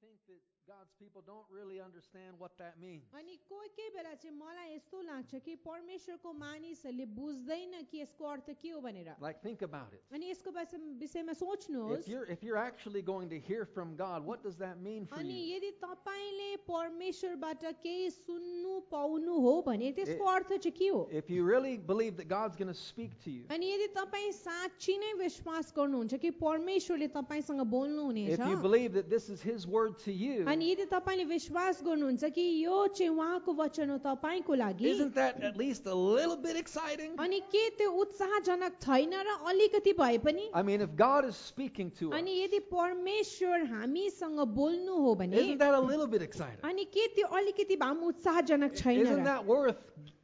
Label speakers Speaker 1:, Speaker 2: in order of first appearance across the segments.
Speaker 1: think that God's people don't really understand what that means.
Speaker 2: अनि कोही कोही बेला चाहिँ मलाई यस्तो लाग्छ कि परमेश्वरको मानिसहरूले बुझ्दैन कि यसको अर्थ के हो भनेर
Speaker 1: Like, think about it.
Speaker 2: अनि यसको विषय- विषयमा सोच्नुहोस्
Speaker 1: If you're if you're actually going to hear from God, what does that mean for
Speaker 2: अनि
Speaker 1: you?
Speaker 2: यदि तपाईँले परमेश्वरबाट केही सुन्नु पाउनु हो भने त्यसको
Speaker 1: ए-
Speaker 2: अर्थ चाहिँ के हो
Speaker 1: If you really believe that God's going to speak to you,
Speaker 2: अनि यदि तपाईँ साँच्ची नै विश्वास गर्नुहुन्छ कि परमेश्वरले तपाईँसँग बोल्नुहुनेछ
Speaker 1: if you believe that this is His word to
Speaker 2: अनि
Speaker 1: you,
Speaker 2: यदि तपाईँले विश्वास गर्नुहुन्छ कि यो चाहिँ उहाँको वचन हो तपाईँको लागि
Speaker 1: isn't that at least a little bit exciting?
Speaker 2: अनि के त्यो उत्साहजनक छैन र अलिकति भए पनि
Speaker 1: I mean, if God is speaking to us,
Speaker 2: अनि यदि परमेश्वर हामीसँग बोल्नु हो भने
Speaker 1: isn't that a little bit exciting?
Speaker 2: अनि के त्यो अलिकति भए पनि उत्साहजनक छैन
Speaker 1: Isn't
Speaker 2: raw?
Speaker 1: that worth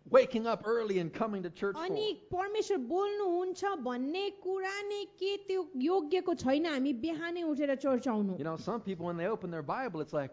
Speaker 1: waking up early and coming to church for?
Speaker 2: अनि परमेश्वर बोल्नुहुन्छ भन्ने कुरा नै के त्यो योग्यको छैन हामी बिहानै उठेर चर्च आउनु
Speaker 1: You know, some people when they open their Bible, it's like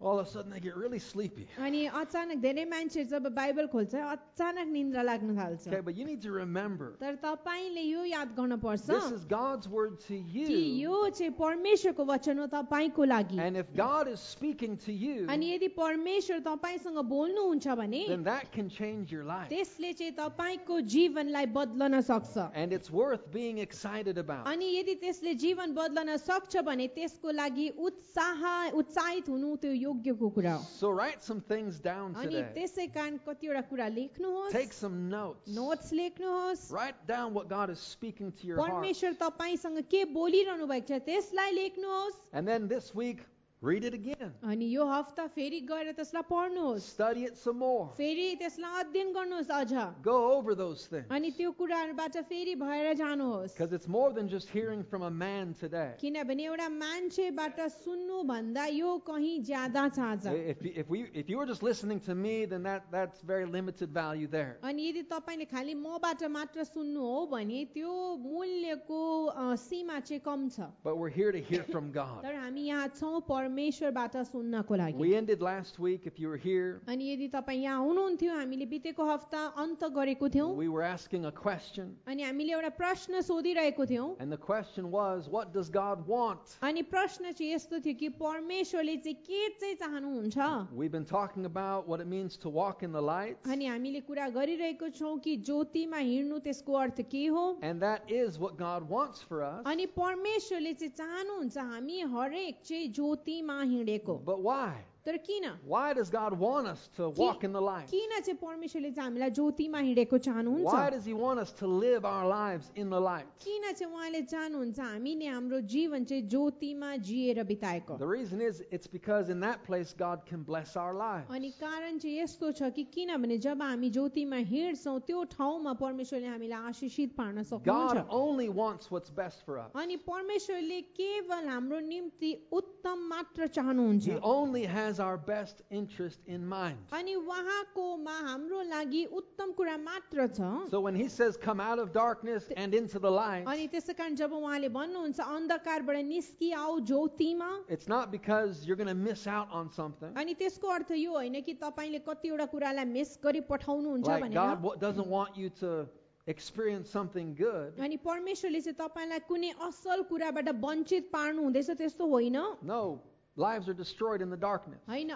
Speaker 1: all of a sudden they get really sleepy.
Speaker 2: अनि अचानक धेरै मान्छेहरू जब बाइबल खोल्छ अचानक निन्द्रा लाग्न थाल्छ
Speaker 1: Okay, but you need to remember
Speaker 2: तर तपाईँले यो याद गर्नुपर्छ
Speaker 1: this is God's word to
Speaker 2: कि यो
Speaker 1: you.
Speaker 2: चाहिँ परमेश्वरको वचन हो तपाईँको लागि
Speaker 1: And if God is speaking to you,
Speaker 2: अनि यदि परमेश्वर तपाईँसँग बोल्नुहुन्छ भने
Speaker 1: then that can change your life.
Speaker 2: त्यसले चाहिँ तपाईँको जीवनलाई बदलन सक्छ
Speaker 1: And it's worth being excited about.
Speaker 2: अनि यदि त्यसले जीवन बदल्न सक्छ भने त्यसको लागि उत्साह उत्साहित हुनु त्यो योग्यको कुरा हो
Speaker 1: So write some things down
Speaker 2: अनि
Speaker 1: today.
Speaker 2: त्यसै कारण कतिवटा कुरा
Speaker 1: Take
Speaker 2: लेख्नुहोस्
Speaker 1: some notes.
Speaker 2: नोट्स लेख्नुहोस्
Speaker 1: Write down what God is speaking to your heart.
Speaker 2: परमेश्वर तपाईँसँग के बोलिरहनु भएको छ त्यसलाई लेख्नुहोस्
Speaker 1: And then this week, read it again.
Speaker 2: अनि यो हप्ता फेरि गएर त्यसलाई पढ्नुहोस्
Speaker 1: Study it some more.
Speaker 2: फेरि त्यसलाई अध्ययन गर्नुहोस् अझ
Speaker 1: Go over those things.
Speaker 2: अनि त्यो कुराहरूबाट फेरि भएर जानुहोस्
Speaker 1: Because it's more than just hearing from a man today.
Speaker 2: किनभने एउटा मान्छेबाट सुन्नु भन्दा यो कहीँ ज्यादा छ आज
Speaker 1: If, if, we, if you were just listening to me, then that, that's very limited value there.
Speaker 2: अनि यदि तपाईँले खालि मबाट मात्र सुन्नु हो भने त्यो मूल्यको अ, सीमा चाहिँ कम छ
Speaker 1: But we're here to hear from God.
Speaker 2: तर हामी यहाँ छौँ परमेश्वरबाट सुन्नको लागि
Speaker 1: We ended last week, if you were here,
Speaker 2: अनि यदि तपाईँ यहाँ हुनुहुन्थ्यो हामीले बितेको हप्ता अन्त गरेको थियौँ
Speaker 1: we were asking a question.
Speaker 2: अनि हामीले एउटा प्रश्न सोधिरहेको थियौँ
Speaker 1: And the question was, what does God want?
Speaker 2: अनि प्रश्न चाहिँ यस्तो थियो कि परमेश्वरले चाहिँ के चाहिँ चाहनुहुन्छ
Speaker 1: We've been talking about what it means to walk in the light.
Speaker 2: अनि हामीले कुरा गरिरहेको छौँ कि ज्योतिमा हिँड्नु त्यसको अर्थ के हो
Speaker 1: And that is what God wants for us.
Speaker 2: अनि परमेश्वरले चाहिँ चाहनुहुन्छ हामी हरेक चाहिँ ज्योतिमा हिँडेको
Speaker 1: But why?
Speaker 2: तर किन
Speaker 1: Why does God want us to walk in the light?
Speaker 2: किन चाहिँ परमेश्वरले चाहिँ हामीलाई ज्योतिमा हिँडेको चाहनुहुन्छ
Speaker 1: Why does He want us to live our lives in the light?
Speaker 2: किन चाहिँ उहाँले चाहनुहुन्छ हामीले हाम्रो जीवन चाहिँ ज्योतिमा जिएर बिताएको
Speaker 1: The reason is it's because in that place God can bless our lives.
Speaker 2: अनि कारण चाहिँ यस्तो छ कि किनभने जब हामी ज्योतिमा हिँड्छौँ त्यो ठाउँमा परमेश्वरले हामीलाई आशिषित पार्न सक्नुहुन्छ
Speaker 1: God only wants what's best for us.
Speaker 2: अनि परमेश्वरले केवल हाम्रो निम्ति उत्तम मात्र चाहनुहुन्छ
Speaker 1: He only has our best interest in mind.
Speaker 2: अनि उहाँकोमा हाम्रो लागि उत्तम कुरा मात्र छ
Speaker 1: So when he says come out of darkness and into the
Speaker 2: अनि
Speaker 1: light,
Speaker 2: त्यसै कारण जब उहाँले भन्नुहुन्छ अन्धकारबाट निस्किआऊ ज्योतिमा
Speaker 1: it's not because you're going to miss out on something.
Speaker 2: अनि त्यसको अर्थ यो होइन कि तपाईँले कतिवटा कुरालाई मिस गरी पठाउनुहुन्छ
Speaker 1: Like God
Speaker 2: भनेर
Speaker 1: wa- doesn't want you to experience something good.
Speaker 2: अनि परमेश्वरले चाहिँ तपाईँलाई कुनै असल कुराबाट वञ्चित पार्नु हुँदैछ त्यस्तो होइन
Speaker 1: No, lives are destroyed in the darkness.
Speaker 2: होइन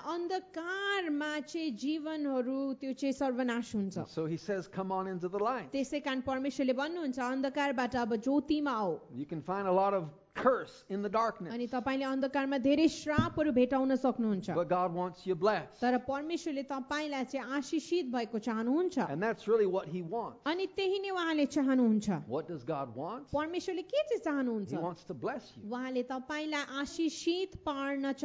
Speaker 2: अन्धकारमा चाहिँ जीवनहरू त्यो चाहिँ सर्वनाश हुन्छ
Speaker 1: So he says come on into the light.
Speaker 2: त्यसै कारण परमेश्वरले भन्नुहुन्छ अन्धकारबाट अब ज्योतिमा आऊ
Speaker 1: You can find a lot of curse in the
Speaker 2: अनि
Speaker 1: darkness,
Speaker 2: तपाईँले अन्धकारमा धेरै श्रापहरू भेटाउन सक्नुहुन्छ
Speaker 1: but God wants you blessed.
Speaker 2: तर परमेश्वरले तपाईँलाई चाहिँ आशिषित भएको चाहनुहुन्छ
Speaker 1: And that's really what he wants.
Speaker 2: अनि त्यही नै उहाँले चाहनुहुन्छ
Speaker 1: What does God want?
Speaker 2: परमेश्वरले के चाहिँ चाहनुहुन्छ
Speaker 1: He wants to bless you.
Speaker 2: उहाँले तपाईँलाई आशिषित पार्न
Speaker 1: He wants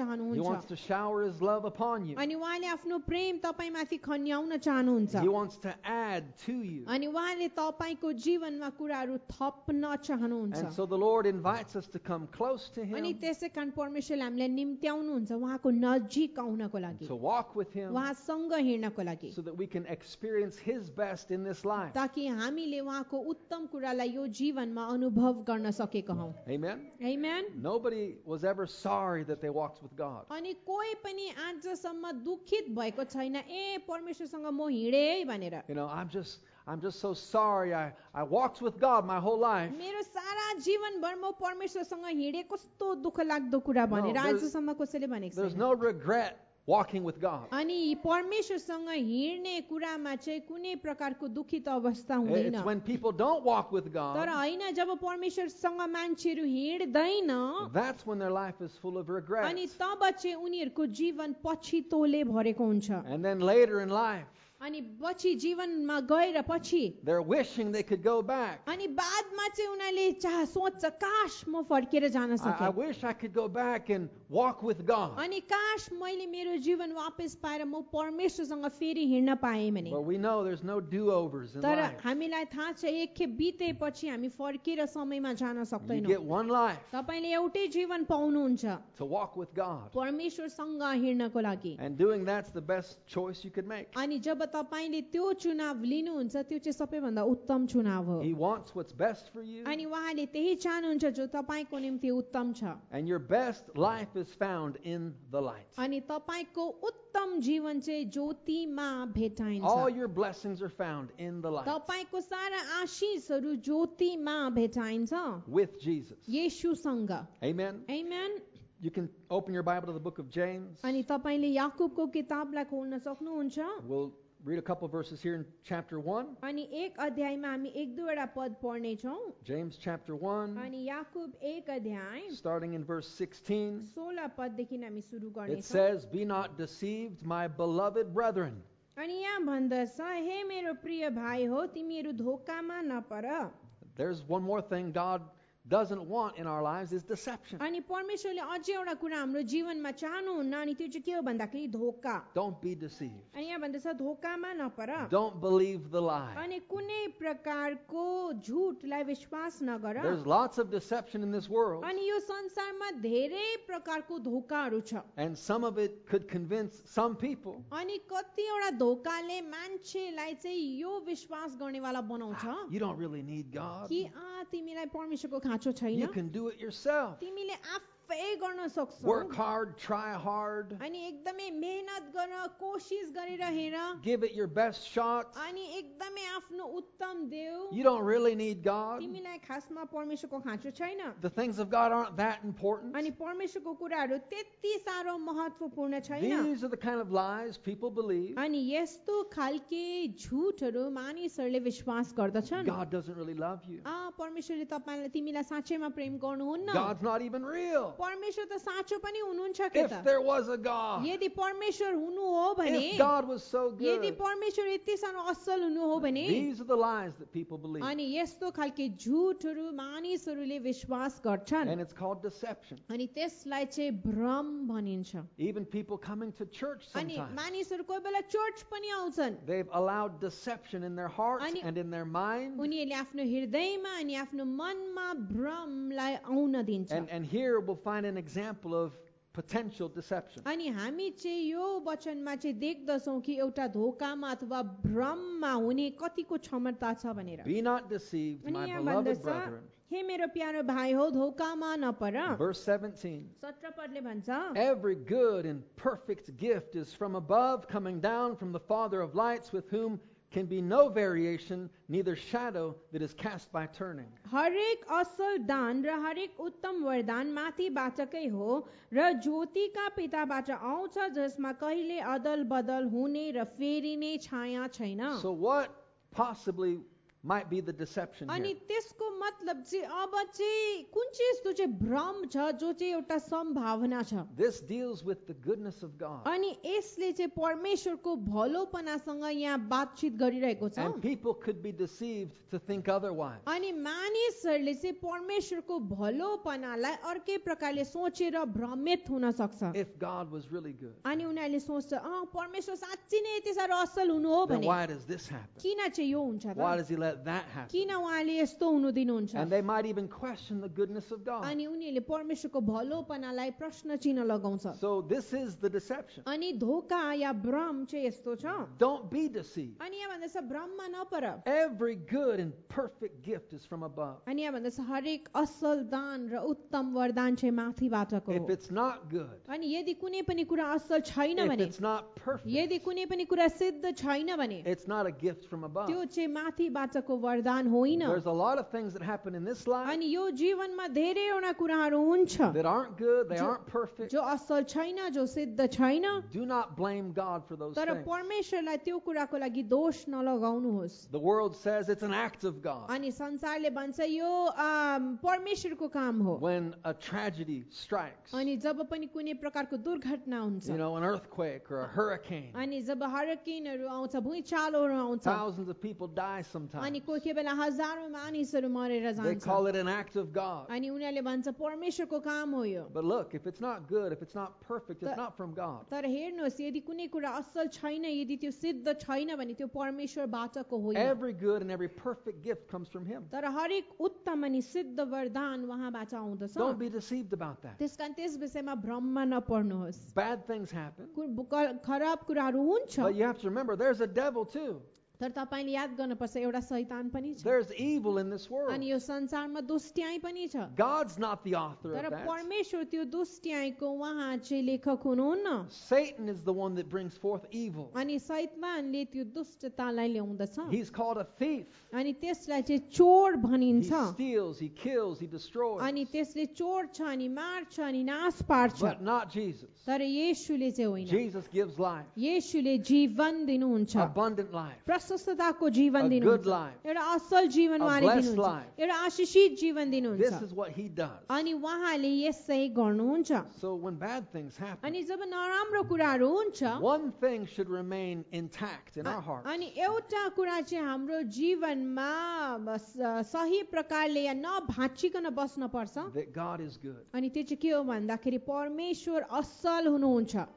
Speaker 2: चाहनुहुन्छ
Speaker 1: to shower his love upon you.
Speaker 2: अनि उहाँले आफ्नो प्रेम तपाईँमाथि खन्याउन चाहनुहुन्छ
Speaker 1: He wants to add to you.
Speaker 2: अनि उहाँले तपाईँको जीवनमा कुराहरू थप्न चाहनुहुन्छ
Speaker 1: And so the Lord invites us to come close to
Speaker 2: अनि
Speaker 1: him,
Speaker 2: त्यसै कारण परमेश्वरले हामीलाई निम्त्याउनुहुन्छ उहाँको नजिक आउनको लागि
Speaker 1: to walk with him,
Speaker 2: उहाँसँग हिँड्नको लागि
Speaker 1: so that we can experience his best in this life.
Speaker 2: ताकि हामीले उहाँको उत्तम कुरालाई यो जीवनमा अनुभव गर्न सकेको हौ
Speaker 1: Amen?
Speaker 2: Amen?
Speaker 1: Nobody was ever sorry that they walked with God.
Speaker 2: अनि कोही पनि आजसम्म दुखित भएको छैन ए परमेश्वरसँग म हिँडेँ है भनेर
Speaker 1: You know, I'm just, I'm just so sorry. I, I walked with God my whole life.
Speaker 2: मेरो सारा जीवनभर म परमेश्वरसँग हिँडेँ कस्तो दुःख लाग्दो कुरा
Speaker 1: No,
Speaker 2: भनेर
Speaker 1: there's-
Speaker 2: आजसम्म कसैले भनेको
Speaker 1: There's
Speaker 2: छैन
Speaker 1: no regret walking with God.
Speaker 2: अनि परमेश्वरसँग हिँड्ने कुरामा चाहिँ कुनै प्रकारको दुखित अवस्था हुँदैन
Speaker 1: It's when um- people don't walk with
Speaker 2: तर
Speaker 1: God,
Speaker 2: होइन जब परमेश्वरसँग मान्छेहरू हिँड्दैन
Speaker 1: that's when their life is full of regret.
Speaker 2: अनि तब चाहिँ उनीहरूको जीवन पछि तोले भरेको हुन्छ
Speaker 1: And then later in life,
Speaker 2: अनि पछि जीवनमा गएर पछि
Speaker 1: they're wishing they could go back.
Speaker 2: अनि बादमा चाहिँ उनीहरूले चाह सोच्छ काश म फर्केर
Speaker 1: I,
Speaker 2: जान
Speaker 1: I
Speaker 2: सके
Speaker 1: wish I could go back and walk with God.
Speaker 2: अनि काश मैले मेरो जीवन वापस पाएर म परमेश्वरसँग फेरि हिँड्न पाएँ भने
Speaker 1: But we know there's no do-overs in
Speaker 2: तर
Speaker 1: life.
Speaker 2: हामीलाई थाहा छ एक खेप बितेपछि हामी फर्केर समयमा जान
Speaker 1: You get
Speaker 2: सक्दैनौँ
Speaker 1: one life
Speaker 2: तपाईँले एउटै जीवन पाउनुहुन्छ
Speaker 1: to walk with God.
Speaker 2: परमेश्वरसँग हिँड्नको लागि
Speaker 1: And doing that's the best choice you could make.
Speaker 2: अनि जब तपाईँले त्यो चुनाव लिनुहुन्छ त्यो चाहिँ सबैभन्दा उत्तम चुनाव हो
Speaker 1: He wants what's best for you.
Speaker 2: अनि उहाँले त्यही चाहनुहुन्छ जो तपाईँको निम्ति उत्तम छ
Speaker 1: And your best life is found in the light.
Speaker 2: अनि तपाईँको उत्तम जीवन चाहिँ ज्योतिमा
Speaker 1: All
Speaker 2: भेटाइन्छ
Speaker 1: your blessings are found in the light
Speaker 2: तपाईँको सारा आशिषहरू ज्योतिमा भेटाइन्छ
Speaker 1: with Jesus.
Speaker 2: येशूसँग
Speaker 1: Amen.
Speaker 2: Amen.
Speaker 1: You can open your Bible to the book of James.
Speaker 2: अनि तपाईँले याकुबको किताबलाई खोल्न सक्नुहुन्छ
Speaker 1: We'll read a couple verses here in chapter 1.
Speaker 2: अनि एक अध्यायमा हामी एक दुईवटा पद पढ्नेछौँ
Speaker 1: James chapter 1,
Speaker 2: अनि याकुब एक अध्याय
Speaker 1: starting in verse 16.
Speaker 2: सोह्र पददेखि हामी सुरु
Speaker 1: It
Speaker 2: गर्नेछौँ
Speaker 1: says, Be not deceived, my beloved brethren.
Speaker 2: अनि यहाँ भन्दछ हे मेरो प्रिय भाइ हो तिमीहरू धोकामा नपर
Speaker 1: There's one more thing God doesn't want in our lives is deception.
Speaker 2: अनि परमेश्वरले अझै एउटा कुरा हाम्रो जीवनमा चाहनुहुन्न अनि त्यो चाहिँ के हो भन्दाखेरि धोका
Speaker 1: Don't be deceived.
Speaker 2: अनि यहाँ भन्दछ धोकामा नपर
Speaker 1: Don't believe the lie.
Speaker 2: अनि कुनै प्रकारको झुटलाई विश्वास नगर
Speaker 1: There's lots of deception in this world,
Speaker 2: अनि यो संसारमा धेरै प्रकारको धोकाहरू छ
Speaker 1: and some of it could convince some people
Speaker 2: अनि कतिवटा धोकाले मान्छेलाई चाहिँ यो विश्वास गर्नेवाला बनाउँछ
Speaker 1: "Ah, you don't really need God.
Speaker 2: कि आ तिमीलाई परमेश्वरको खाँचो
Speaker 1: You
Speaker 2: छैन
Speaker 1: can do it yourself.
Speaker 2: तिमीले आफै गर्न सक्छौ
Speaker 1: Work hard, try hard,
Speaker 2: अनि एकदमै मेहनत गर कोसिस गरेर हेर
Speaker 1: give it your best shot.
Speaker 2: अनि एकदमै आफ्नो उत्तम देऊ
Speaker 1: You don't really need God.
Speaker 2: तिमीलाई खासमा परमेश्वरको खाँचो छैन
Speaker 1: The things of God aren't that
Speaker 2: अनि
Speaker 1: important.
Speaker 2: परमेश्वरको कुराहरू त्यति साह्रो महत्त्वपूर्ण छैन
Speaker 1: These are the kind of lies people believe.
Speaker 2: अनि यस्तो खालके झुटहरू मानिसहरूले विश्वास गर्दछन्
Speaker 1: God doesn't really love you.
Speaker 2: आ परमेश्वरले तपाईँलाई तिमीलाई साँच्चैमा प्रेम गर्नुहुन्न
Speaker 1: God's not even real.
Speaker 2: परमेश्वर त साँचो पनि हुनुहुन्छ के
Speaker 1: If
Speaker 2: त
Speaker 1: there was a God,
Speaker 2: यदि परमेश्वर हुनु हो भने
Speaker 1: if God was so
Speaker 2: यदि
Speaker 1: good,
Speaker 2: परमेश्वर यति सानो असल हुनु हो भने
Speaker 1: these are the lies that people believe.
Speaker 2: अनि यस्तो खालके झुटहरू मानिसहरूले विश्वास गर्छन्
Speaker 1: And it's called deception.
Speaker 2: अनि त्यसलाई चाहिँ भ्रम भनिन्छ
Speaker 1: Even people coming to church
Speaker 2: अनि
Speaker 1: sometimes.
Speaker 2: मानिसहरू कोही बेला चर्च पनि आउँछन्
Speaker 1: They've allowed deception in their hearts
Speaker 2: Ani-
Speaker 1: and in their minds.
Speaker 2: उनीहरूले आफ्नो हृदयमा अनि आफ्नो मनमा भ्रमलाई आउन दिन्छ
Speaker 1: And, and here we'll find an example of potential deception.
Speaker 2: अनि हामी चाहिँ यो वचनमा चाहिँ देख्दछौँ कि एउटा धोकामा अथवा भ्रममा हुने कतिको क्षमता छ भनेर
Speaker 1: Be not deceived,
Speaker 2: अनि
Speaker 1: my
Speaker 2: यहाँ
Speaker 1: beloved
Speaker 2: भन्दछ
Speaker 1: brethren.
Speaker 2: हे मेरो प्यारो भाइ हो धोकामा नपर
Speaker 1: Verse 17.
Speaker 2: सत्र पदले भन्छ
Speaker 1: Every good and perfect gift is from above, coming down from the Father of lights, with whom can be no variation, neither shadow that is cast by turning.
Speaker 2: हरेक असल दान र हरेक उत्तम वरदान माथिबाटकै हो र ज्योतिका पिताबाट आउँछ जसमा कहिले अदल बदल हुने र फेरिने छाया छैन
Speaker 1: So, what possibly might be the deception
Speaker 2: अनि
Speaker 1: here?
Speaker 2: त्यसको मतलब चाहिँ अब चाहिँ कुन चाहिँ यस्तो चाहिँ भ्रम छ जो चाहिँ एउटा सम्भावना छ
Speaker 1: This deals with the goodness of God.
Speaker 2: अनि यसले चाहिँ परमेश्वरको भलोपनासँग यहाँ बातचित गरिरहेको छ
Speaker 1: And people could be deceived to think otherwise.
Speaker 2: अनि मानिसहरूले चाहिँ परमेश्वरको भलोपनालाई अर्कै प्रकारले सोचेर भ्रमित हुन सक्छ
Speaker 1: If God was really good,
Speaker 2: अनि उनीहरूले सोच्छ अँ परमेश्वर साँच्ची नै यति साह्रो असल हुनु हो
Speaker 1: then
Speaker 2: भने
Speaker 1: why does this happen?
Speaker 2: किन चाहिँ यो हुन्छ
Speaker 1: Why
Speaker 2: त
Speaker 1: does He let let that happen.
Speaker 2: किन उहाँले यस्तो हुनु दिनुहुन्छ
Speaker 1: And they might even question the goodness of God.
Speaker 2: अनि उनीहरूले परमेश्वरको भलोपनालाई प्रश्न चिन्ह लगाउँछ
Speaker 1: So this is the deception.
Speaker 2: अनि धोका या भ्रम चाहिँ यस्तो छ
Speaker 1: Don't be deceived.
Speaker 2: अनि यहाँ भन्दैछ भ्रममा नपर
Speaker 1: Every good and perfect gift is from above.
Speaker 2: अनि यहाँ भन्दैछ हरेक असल दान र उत्तम वरदान चाहिँ माथिबाटको
Speaker 1: If
Speaker 2: हो
Speaker 1: it's not good,
Speaker 2: अनि यदि कुनै पनि कुरा असल छैन
Speaker 1: if
Speaker 2: भने
Speaker 1: it's not perfect,
Speaker 2: यदि कुनै पनि कुरा सिद्ध छैन भने
Speaker 1: it's not a gift from above.
Speaker 2: त्यो चाहिँ माथिबाटको वरदान होइन
Speaker 1: There's a lot of things that happen in this life
Speaker 2: अनि यो जीवनमा धेरैवटा कुराहरू हुन्छ
Speaker 1: that aren't good, they
Speaker 2: जो-
Speaker 1: aren't perfect.
Speaker 2: जो असल छैन जो सिद्ध छैन
Speaker 1: Do not blame God for those
Speaker 2: तर
Speaker 1: things.
Speaker 2: परमेश्वरलाई त्यो कुराको लागि दोष नलगाउनुहोस्
Speaker 1: The world says it's an act of God.
Speaker 2: अनि संसारले भन्छ यो अम, परमेश्वरको काम हो
Speaker 1: When a tragedy strikes,
Speaker 2: अनि जब पनि कुनै प्रकारको दुर्घटना हुन्छ
Speaker 1: you know, an earthquake or a hurricane,
Speaker 2: अनि जब हरकिनहरू आउँछ भुइँचालोहरू आउँछ
Speaker 1: thousands of people die
Speaker 2: अनि
Speaker 1: sometimes.
Speaker 2: कोही कोही बेला हजारौँ मानिसहरू मरेर
Speaker 1: They
Speaker 2: जान्छ
Speaker 1: call it an act of God.
Speaker 2: अनि उनीहरूले भन्छ परमेश्वरको काम हो यो
Speaker 1: But look, if it's not good, if it's not perfect, it's
Speaker 2: But-
Speaker 1: not from God.
Speaker 2: तर हेर्नुहोस् यदि कुनै कुरा असल छैन यदि त्यो सिद्ध छैन भने त्यो परमेश्वरबाटको होइन
Speaker 1: Every good and every perfect gift comes from Him.
Speaker 2: तर हरेक उत्तम अनि सिद्ध वरदान उहाँबाट आउँदछ
Speaker 1: Don't be deceived about that.
Speaker 2: त्यस कारण त्यस विषयमा भ्रममा नपर्नुहोस्
Speaker 1: Bad things happen.
Speaker 2: कु- क- खराब कुराहरू हुन्छ
Speaker 1: But you have to remember there's a devil too.
Speaker 2: तर तपाईँले याद गर्नुपर्छ एउटा शैतान पनि छ
Speaker 1: There's evil in this world.
Speaker 2: अनि यो संसारमा दुष्ट्याइ पनि छ
Speaker 1: God's not the author
Speaker 2: तर
Speaker 1: of that.
Speaker 2: परमेश्वर त्यो दुष्ट्याइको उहाँ चाहिँ लेखक हुनुहुन्न
Speaker 1: Satan is the one that brings forth evil.
Speaker 2: अनि सैतानले त्यो दुष्टतालाई ल्याउँदछ
Speaker 1: He's called a thief.
Speaker 2: अनि त्यसलाई चाहिँ चोर
Speaker 1: He
Speaker 2: भनिन्छ
Speaker 1: steals, he kills, he destroys.
Speaker 2: अनि त्यसले चोर छ अनि मार्छ अनि नाश पार्छ
Speaker 1: But not Jesus.
Speaker 2: तर येशुले चाहिँ होइन
Speaker 1: Jesus gives life,
Speaker 2: येशुले जीवन दिनुहुन्छ
Speaker 1: abundant life.
Speaker 2: प्रशस्तताको जीवन
Speaker 1: A
Speaker 2: दिनुहुन्छ
Speaker 1: good life.
Speaker 2: एउटा असल जीवन
Speaker 1: A
Speaker 2: उहाँले
Speaker 1: blessed
Speaker 2: दिनुहुन्छ
Speaker 1: life.
Speaker 2: एउटा आशिषित जीवन
Speaker 1: This
Speaker 2: दिनुहुन्छ
Speaker 1: is what he does.
Speaker 2: अनि उहाँले यसै गर्नुहुन्छ
Speaker 1: So when bad things happen,
Speaker 2: अनि जब नराम्रो कुराहरू हुन्छ
Speaker 1: one thing should remain intact in our hearts.
Speaker 2: अनि एउटा कुरा चाहिँ हाम्रो जीवनमा बस- सही प्रकारले या नभाँचिकन बस्न पर्छ
Speaker 1: That God is good.
Speaker 2: अनि त्यो चाहिँ के हो भन्दाखेरि परमेश्वर असल हुनुहुन्छ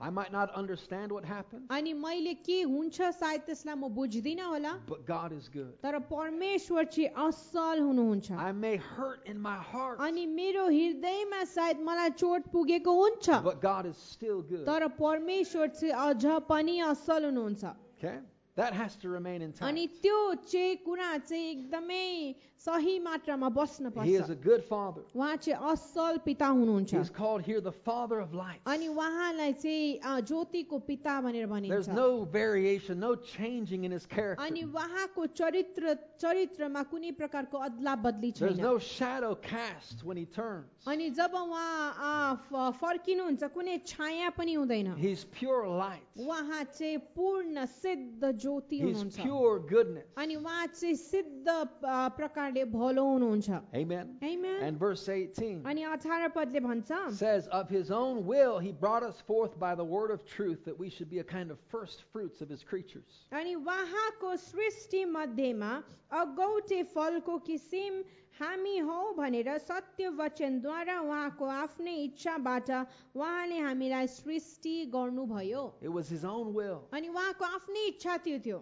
Speaker 1: I might not understand what happened,
Speaker 2: अनि मैले के हुन्छ सायद त्यसलाई म बुझ्दिनँ होला
Speaker 1: but God is good.
Speaker 2: तर परमेश्वर चाहिँ असल हुनुहुन्छ
Speaker 1: I may hurt in my heart,
Speaker 2: अनि मेरो हृदयमा सायद मलाई चोट पुगेको हुन्छ
Speaker 1: but God is still good.
Speaker 2: तर परमेश्वर चाहिँ अझ पनि असल हुनुहुन्छ
Speaker 1: Okay? That has to remain intact.
Speaker 2: अनि त्यो चाहिँ कुरा चाहिँ एकदमै सही मात्रामा बस्न
Speaker 1: He is
Speaker 2: पर्छ
Speaker 1: a good father.
Speaker 2: उहाँ चाहिँ असल पिता हुनुहुन्छ
Speaker 1: He's called here the father of lights.
Speaker 2: अनि उहाँलाई चाहिँ अ, ज्योतिको पिता भनेर
Speaker 1: There's
Speaker 2: भनिन्छ
Speaker 1: no variation, no changing in his character.
Speaker 2: अनि उहाँको चरित्र चरित्रमा कुनै प्रकारको अदला बदली
Speaker 1: There's
Speaker 2: छैन
Speaker 1: no shadow cast when he turns.
Speaker 2: अनि जब उहाँ अ, फ- फर्किनुहुन्छ कुनै छाया पनि हुँदैन
Speaker 1: He's pure light.
Speaker 2: उहाँ चाहिँ पूर्ण सिद्ध ज्योति
Speaker 1: He's
Speaker 2: हुनुहुन्छ
Speaker 1: pure goodness.
Speaker 2: अनि उहाँ चाहिँ सिद्ध अ, प्रकारले भलो हुनुहुन्छ
Speaker 1: Amen.
Speaker 2: Amen.
Speaker 1: And verse 18
Speaker 2: अनि अठार पदले भन्छ
Speaker 1: says, Of his own will he brought us forth by the word of truth, that we should be a kind of first fruits of his creatures.
Speaker 2: अनि उहाँको सृष्टि मध्येमा अगौटे फलको किसिम हामी हौ भनेर सत्य वचनद्वारा उहाँको आफ्नै इच्छाबाट उहाँले हामीलाई सृष्टि गर्नुभयो
Speaker 1: It was his own will,
Speaker 2: अनि उहाँको आफ्नै इच्छा त्यो थियो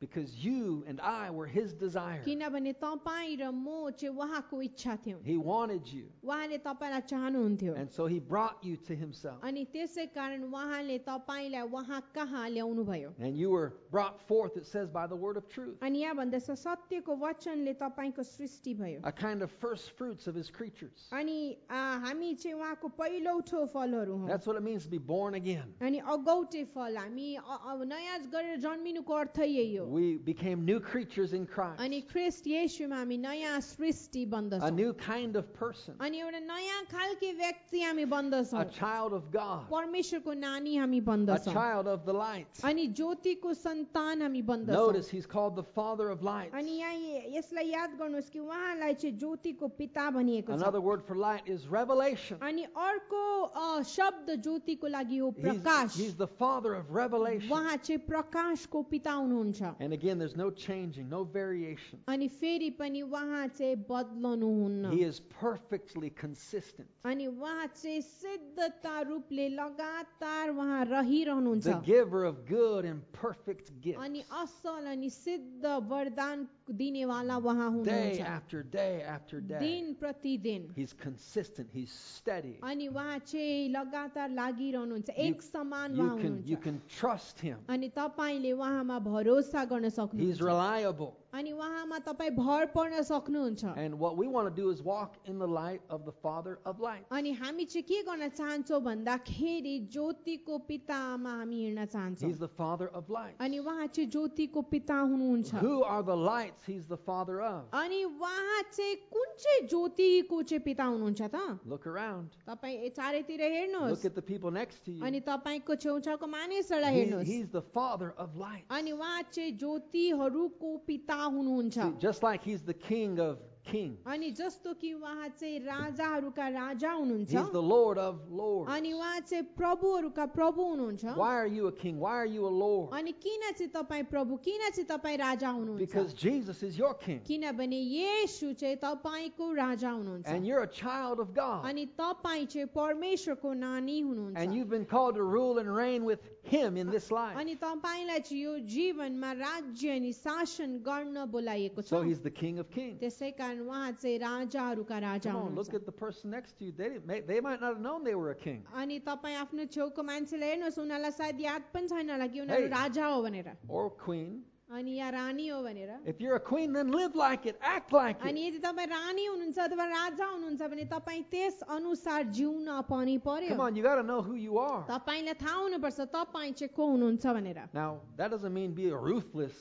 Speaker 1: because you and I were his desire.
Speaker 2: किनभने तपाईँ र म चाहिँ उहाँको इच्छा थियौँ
Speaker 1: He wanted you,
Speaker 2: उहाँले तपाईँलाई चाहनुहुन्थ्यो
Speaker 1: and so he brought you to himself.
Speaker 2: अनि त्यसै कारण उहाँले तपाईँलाई उहाँ कहाँ ल्याउनुभयो
Speaker 1: And you were brought forth, it says, by the word of truth,
Speaker 2: अनि यहाँ भन्दैछ सत्यको वचनले तपाईँको सृष्टि भयो
Speaker 1: a kind of first fruits of his creatures.
Speaker 2: अनि आ, हामी चाहिँ उहाँको पहिलौठो फलहरू हौँ
Speaker 1: That's what it means to be born again.
Speaker 2: अनि अगौटे फल हामी अ- अ- नयाँ गरेर जन्मिनुको अर्थ यही हो
Speaker 1: We became new creatures in Christ,
Speaker 2: अनि ख्रिस्ट येसुमा हामी नयाँ सृष्टि
Speaker 1: a
Speaker 2: बन्दछौँ
Speaker 1: new kind of person,
Speaker 2: अनि एउटा नयाँ खालके व्यक्ति हामी
Speaker 1: a
Speaker 2: बन्दछौँ
Speaker 1: child of God,
Speaker 2: परमेश्वरको नानी हामी
Speaker 1: a
Speaker 2: बन्दछौँ
Speaker 1: child of the light.
Speaker 2: अनि ज्योतिको सन्तान हामी बन्दछौँ
Speaker 1: Notice he's called the father of light.
Speaker 2: अनि यहाँ य- यसलाई याद गर्नुहोस् कि उहाँलाई चाहिँ ज्योतिको पिता भनिएको
Speaker 1: Another
Speaker 2: छ
Speaker 1: word for light is revelation.
Speaker 2: अनि अर्को अ, शब्द ज्योतिको लागि हो
Speaker 1: He's,
Speaker 2: Prakash
Speaker 1: he's the father of revelation.
Speaker 2: उहाँ चाहिँ प्रकाशको पिता हुनुहुन्छ
Speaker 1: And again, there's no changing, no variation.
Speaker 2: अनि फेरि पनि उहाँ चाहिँ बदलनुहुन्न
Speaker 1: He is perfectly consistent.
Speaker 2: अनि उहाँ चाहिँ सिद्धता रूपले लगातार उहाँ रहिरहनुहुन्छ
Speaker 1: The giver of good and perfect gifts.
Speaker 2: अनि असल अनि सिद्ध वरदान दिनेवाला उहाँ
Speaker 1: Day
Speaker 2: हुनुहुन्छ
Speaker 1: after day after day.
Speaker 2: दिन प्रतिदिन
Speaker 1: He's consistent. He's steady.
Speaker 2: अनि उहाँ चाहिँ लगातार लागिरहनुहुन्छ
Speaker 1: You-
Speaker 2: एक समान उहाँ
Speaker 1: You can, you
Speaker 2: हुनुहुन्छ
Speaker 1: can trust him.
Speaker 2: अनि तपाईँले उहाँमा भरोसा गर्न
Speaker 1: He's
Speaker 2: सक्नुहुन्छ
Speaker 1: reliable.
Speaker 2: अनि उहाँमा तपाईँ भर पर्न सक्नुहुन्छ
Speaker 1: And what we want to do is walk in the light of the Father of light.
Speaker 2: अनि हामी चाहिँ के गर्न चाहन्छौँ भन्दाखेरि ज्योतिको पितामा हामी हिँड्न चाहन्छौँ
Speaker 1: He's the Father of light.
Speaker 2: अनि उहाँ चाहिँ ज्योतिको पिता हुनुहुन्छ
Speaker 1: Who are the lights he's the Father of?
Speaker 2: अनि उहाँ चाहिँ कुन चाहिँ ज्योतिको चाहिँ पिता हुनुहुन्छ त
Speaker 1: Look around.
Speaker 2: तपाईँ ए- चारैतिर
Speaker 1: Look
Speaker 2: हेर्नुहोस्
Speaker 1: at the people next to
Speaker 2: अनि
Speaker 1: you.
Speaker 2: तपाईँको छेउछाउको मानिसहरूलाई
Speaker 1: He-
Speaker 2: हेर्नुहोस्
Speaker 1: he's the Father of light.
Speaker 2: अनि उहाँ चाहिँ ज्योतिहरूको पिता हुनुहुन्छ
Speaker 1: See, just like he's the King of kings.
Speaker 2: अनि जस्तो कि उहाँ चाहिँ राजाहरूका राजा हुनुहुन्छ
Speaker 1: He's the Lord of lords.
Speaker 2: अनि उहाँ चाहिँ प्रभुहरूका प्रभु हुनुहुन्छ
Speaker 1: Why are you a king? Why are you a Lord?
Speaker 2: अनि किन चाहिँ तपाईँ प्रभु किन चाहिँ तपाईँ राजा
Speaker 1: Because
Speaker 2: हुनुहुन्छ
Speaker 1: Jesus is your king.
Speaker 2: किनभने येशू चाहिँ तपाईँको राजा
Speaker 1: And
Speaker 2: हुनुहुन्छ
Speaker 1: you're a child of God.
Speaker 2: अनि तपाईँ चाहिँ परमेश्वरको नानी
Speaker 1: And
Speaker 2: हुनुहुन्छ
Speaker 1: you've been called to rule and reign with him in this life.
Speaker 2: अनि तपाईँलाई चाहिँ यो जीवनमा राज्य अनि शासन गर्न बोलाइएको
Speaker 1: So
Speaker 2: छ
Speaker 1: he's the King of kings.
Speaker 2: त्यसै कारण उहाँ चाहिँ राजाहरूका राजा
Speaker 1: Come on,
Speaker 2: हुनुहुन्छ
Speaker 1: look at the person next to you. They, didn't, may, they might not have known they were a king.
Speaker 2: अनि तपाईँ आफ्नो छेउको मान्छेलाई हेर्नुहोस् उनीहरूलाई सायद याद पनि छैन होला कि उनीहरू
Speaker 1: Hey.
Speaker 2: राजा हो भनेर
Speaker 1: or queen.
Speaker 2: अनि या रानी हो भनेर
Speaker 1: If you're a queen, then live like it, act like
Speaker 2: अनि
Speaker 1: it.
Speaker 2: यदि तपाईँ रानी हुनुहुन्छ अथवा राजा हुनुहुन्छ भने तपाईँ त्यस अनुसार जिउन पनि पर्यो
Speaker 1: Come on, you got to know who you are.
Speaker 2: तपाईँलाई थाहा हुनुपर्छ तपाईँ चाहिँ को हुनुहुन्छ भनेर
Speaker 1: Now, that doesn't mean be a ruthless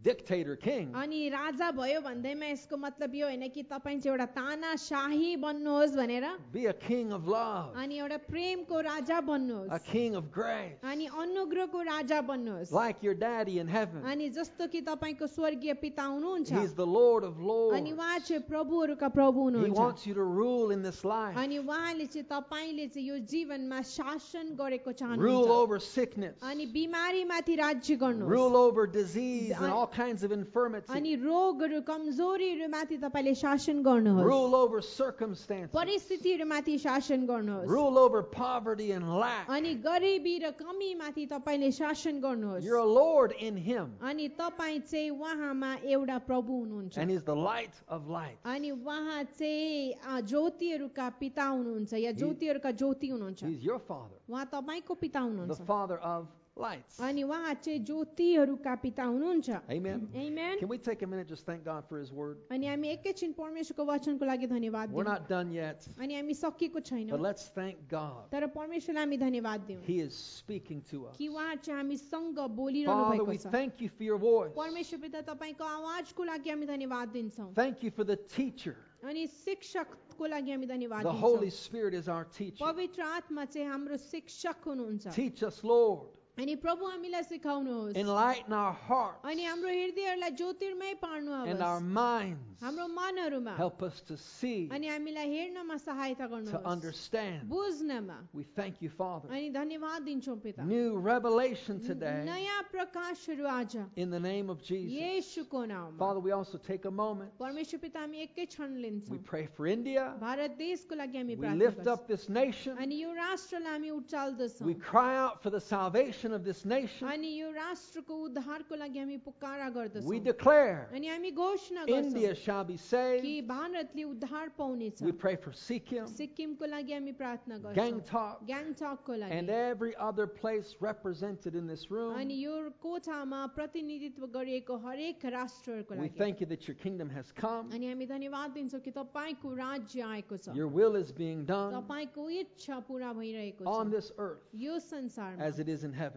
Speaker 1: dictator king.
Speaker 2: अनि राजा भयो भन्दैमा यसको मतलब यो होइन कि तपाईँ चाहिँ एउटा तानाशाही बन्नुहोस् भनेर
Speaker 1: Be a king of love,
Speaker 2: अनि एउटा प्रेमको राजा
Speaker 1: a
Speaker 2: बन्नुहोस्
Speaker 1: king of grace,
Speaker 2: अनि अनुग्रहको राजा बन्नुहोस्
Speaker 1: like your daddy in heaven.
Speaker 2: अनि जस्तो कि तपाईँको स्वर्गीय पिता हुनुहुन्छ
Speaker 1: He's the Lord of lords.
Speaker 2: अनि उहाँ चाहिँ प्रभुहरूका प्रभु
Speaker 1: He
Speaker 2: हुनुहुन्छ
Speaker 1: wants you to rule in this life,
Speaker 2: अनि उहाँले चाहिँ तपाईँले चाहिँ यो जीवनमा शासन
Speaker 1: rule
Speaker 2: गरेको चाहनुहुन्छ
Speaker 1: over sickness,
Speaker 2: अनि बिमारीमाथि राज्य गर्नुहोस्
Speaker 1: rule over disease and all kinds of infirmity,
Speaker 2: अनि रोगहरू कमजोरीहरूमाथि तपाईँले शासन गर्नुहोस्
Speaker 1: rule over circumstances,
Speaker 2: परिस्थितिहरूमाथि शासन गर्नुहोस्
Speaker 1: rule over poverty and lack.
Speaker 2: अनि गरिबी र कमीमाथि तपाईँले शासन गर्नुहोस्
Speaker 1: You're a Lord in Him.
Speaker 2: अनि तपाईँ चाहिँ उहाँमा एउटा प्रभु हुनुहुन्छ
Speaker 1: and he's the light of light.
Speaker 2: अनि उहाँ चाहिँ अ, ज्योतिहरूका पिता हुनुहुन्छ या ज्योतिहरूका ज्योति हुनुहुन्छ
Speaker 1: He's your father,
Speaker 2: उहाँ तपाईँको पिता
Speaker 1: the
Speaker 2: हुनुहुन्छ
Speaker 1: father of lights.
Speaker 2: अनि उहाँ चाहिँ ज्योतिहरूका पिता हुनुहुन्छ
Speaker 1: Amen.
Speaker 2: Amen.
Speaker 1: Can we take a minute just thank God for his word?
Speaker 2: अनि हामी एकैछिन परमेश्वरको वचनको लागि धन्यवाद
Speaker 1: We're
Speaker 2: दिउँ
Speaker 1: not done yet,
Speaker 2: अनि हामी सकिएको
Speaker 1: but
Speaker 2: छैनौँ
Speaker 1: let's thank God.
Speaker 2: तर परमेश्वरलाई हामी धन्यवाद दिउँ
Speaker 1: He is speaking to us.
Speaker 2: कि उहाँ चाहिँ हामीसँग बोलिरहनु
Speaker 1: Father,
Speaker 2: भएको
Speaker 1: we
Speaker 2: छ
Speaker 1: thank you for your voice.
Speaker 2: परमेश्वर पिता तपाईँको आवाजको लागि हामी धन्यवाद दिन्छौँ
Speaker 1: Thank you for the teacher.
Speaker 2: अनि शिक्षकको लागि हामी धन्यवाद
Speaker 1: The Holy
Speaker 2: दिन्छौँ
Speaker 1: Spirit is our teacher.
Speaker 2: पवित्र आत्मा चाहिँ हाम्रो शिक्षक हुनुहुन्छ
Speaker 1: Teach us, Lord.
Speaker 2: अनि प्रभु हामीलाई सिकाउनुहोस्
Speaker 1: Enlighten our hearts
Speaker 2: अनि हाम्रो हृदयहरूलाई ज्योतिर्मय
Speaker 1: and our
Speaker 2: पार्नुहोस्
Speaker 1: minds.
Speaker 2: हाम्रो मनहरूमा
Speaker 1: Help us to see,
Speaker 2: अनि हामीलाई हेर्नमा सहायता
Speaker 1: to
Speaker 2: गर्नुहोस्
Speaker 1: understand.
Speaker 2: बुझ्नमा
Speaker 1: We thank you, Father.
Speaker 2: अनि धन्यवाद दिन्छौँ पिता
Speaker 1: New revelation today.
Speaker 2: नयाँ प्रकाशहरू आज
Speaker 1: In the name of Jesus.
Speaker 2: येशूको नाउँमा
Speaker 1: Father, we also take a moment.
Speaker 2: परमेश्वर पिता हामी एकै क्षण
Speaker 1: We
Speaker 2: लिन्छौँ
Speaker 1: pray for India.
Speaker 2: भारत देशको लागि हामी
Speaker 1: We
Speaker 2: प्रार्थना
Speaker 1: lift
Speaker 2: गर्छौँ।
Speaker 1: up this nation.
Speaker 2: अनि यो राष्ट्रलाई हामी उचाल्दछौँ
Speaker 1: We cry out for the salvation of this nation.
Speaker 2: अनि यो राष्ट्रको उद्धारको लागि हामी पुकारा
Speaker 1: We
Speaker 2: गर्दछौँ
Speaker 1: declare
Speaker 2: अनि हामी घोषणा गर्छौँ
Speaker 1: India shall be
Speaker 2: कि
Speaker 1: saved.
Speaker 2: भारतले उद्धार पाउनेछ
Speaker 1: We pray for सिक्किम,
Speaker 2: सिक्किमको लागि हामी प्रार्थना गर्छौँ
Speaker 1: Gangtok,
Speaker 2: ग्याङटकको
Speaker 1: and
Speaker 2: लागि
Speaker 1: every other place represented in this
Speaker 2: अनि
Speaker 1: room.
Speaker 2: यो कोठामा प्रतिनिधित्व गरिएको हरेक राष्ट्रहरूको
Speaker 1: We
Speaker 2: लागि
Speaker 1: thank you that your kingdom has come.
Speaker 2: अनि हामी धन्यवाद दिन्छौँ कि तपाईँको राज्य आएको छ
Speaker 1: Your will is being done
Speaker 2: तपाईँको इच्छा पूरा भइरहेको
Speaker 1: on
Speaker 2: छ
Speaker 1: this earth
Speaker 2: यो संसारमा
Speaker 1: as it is in heaven.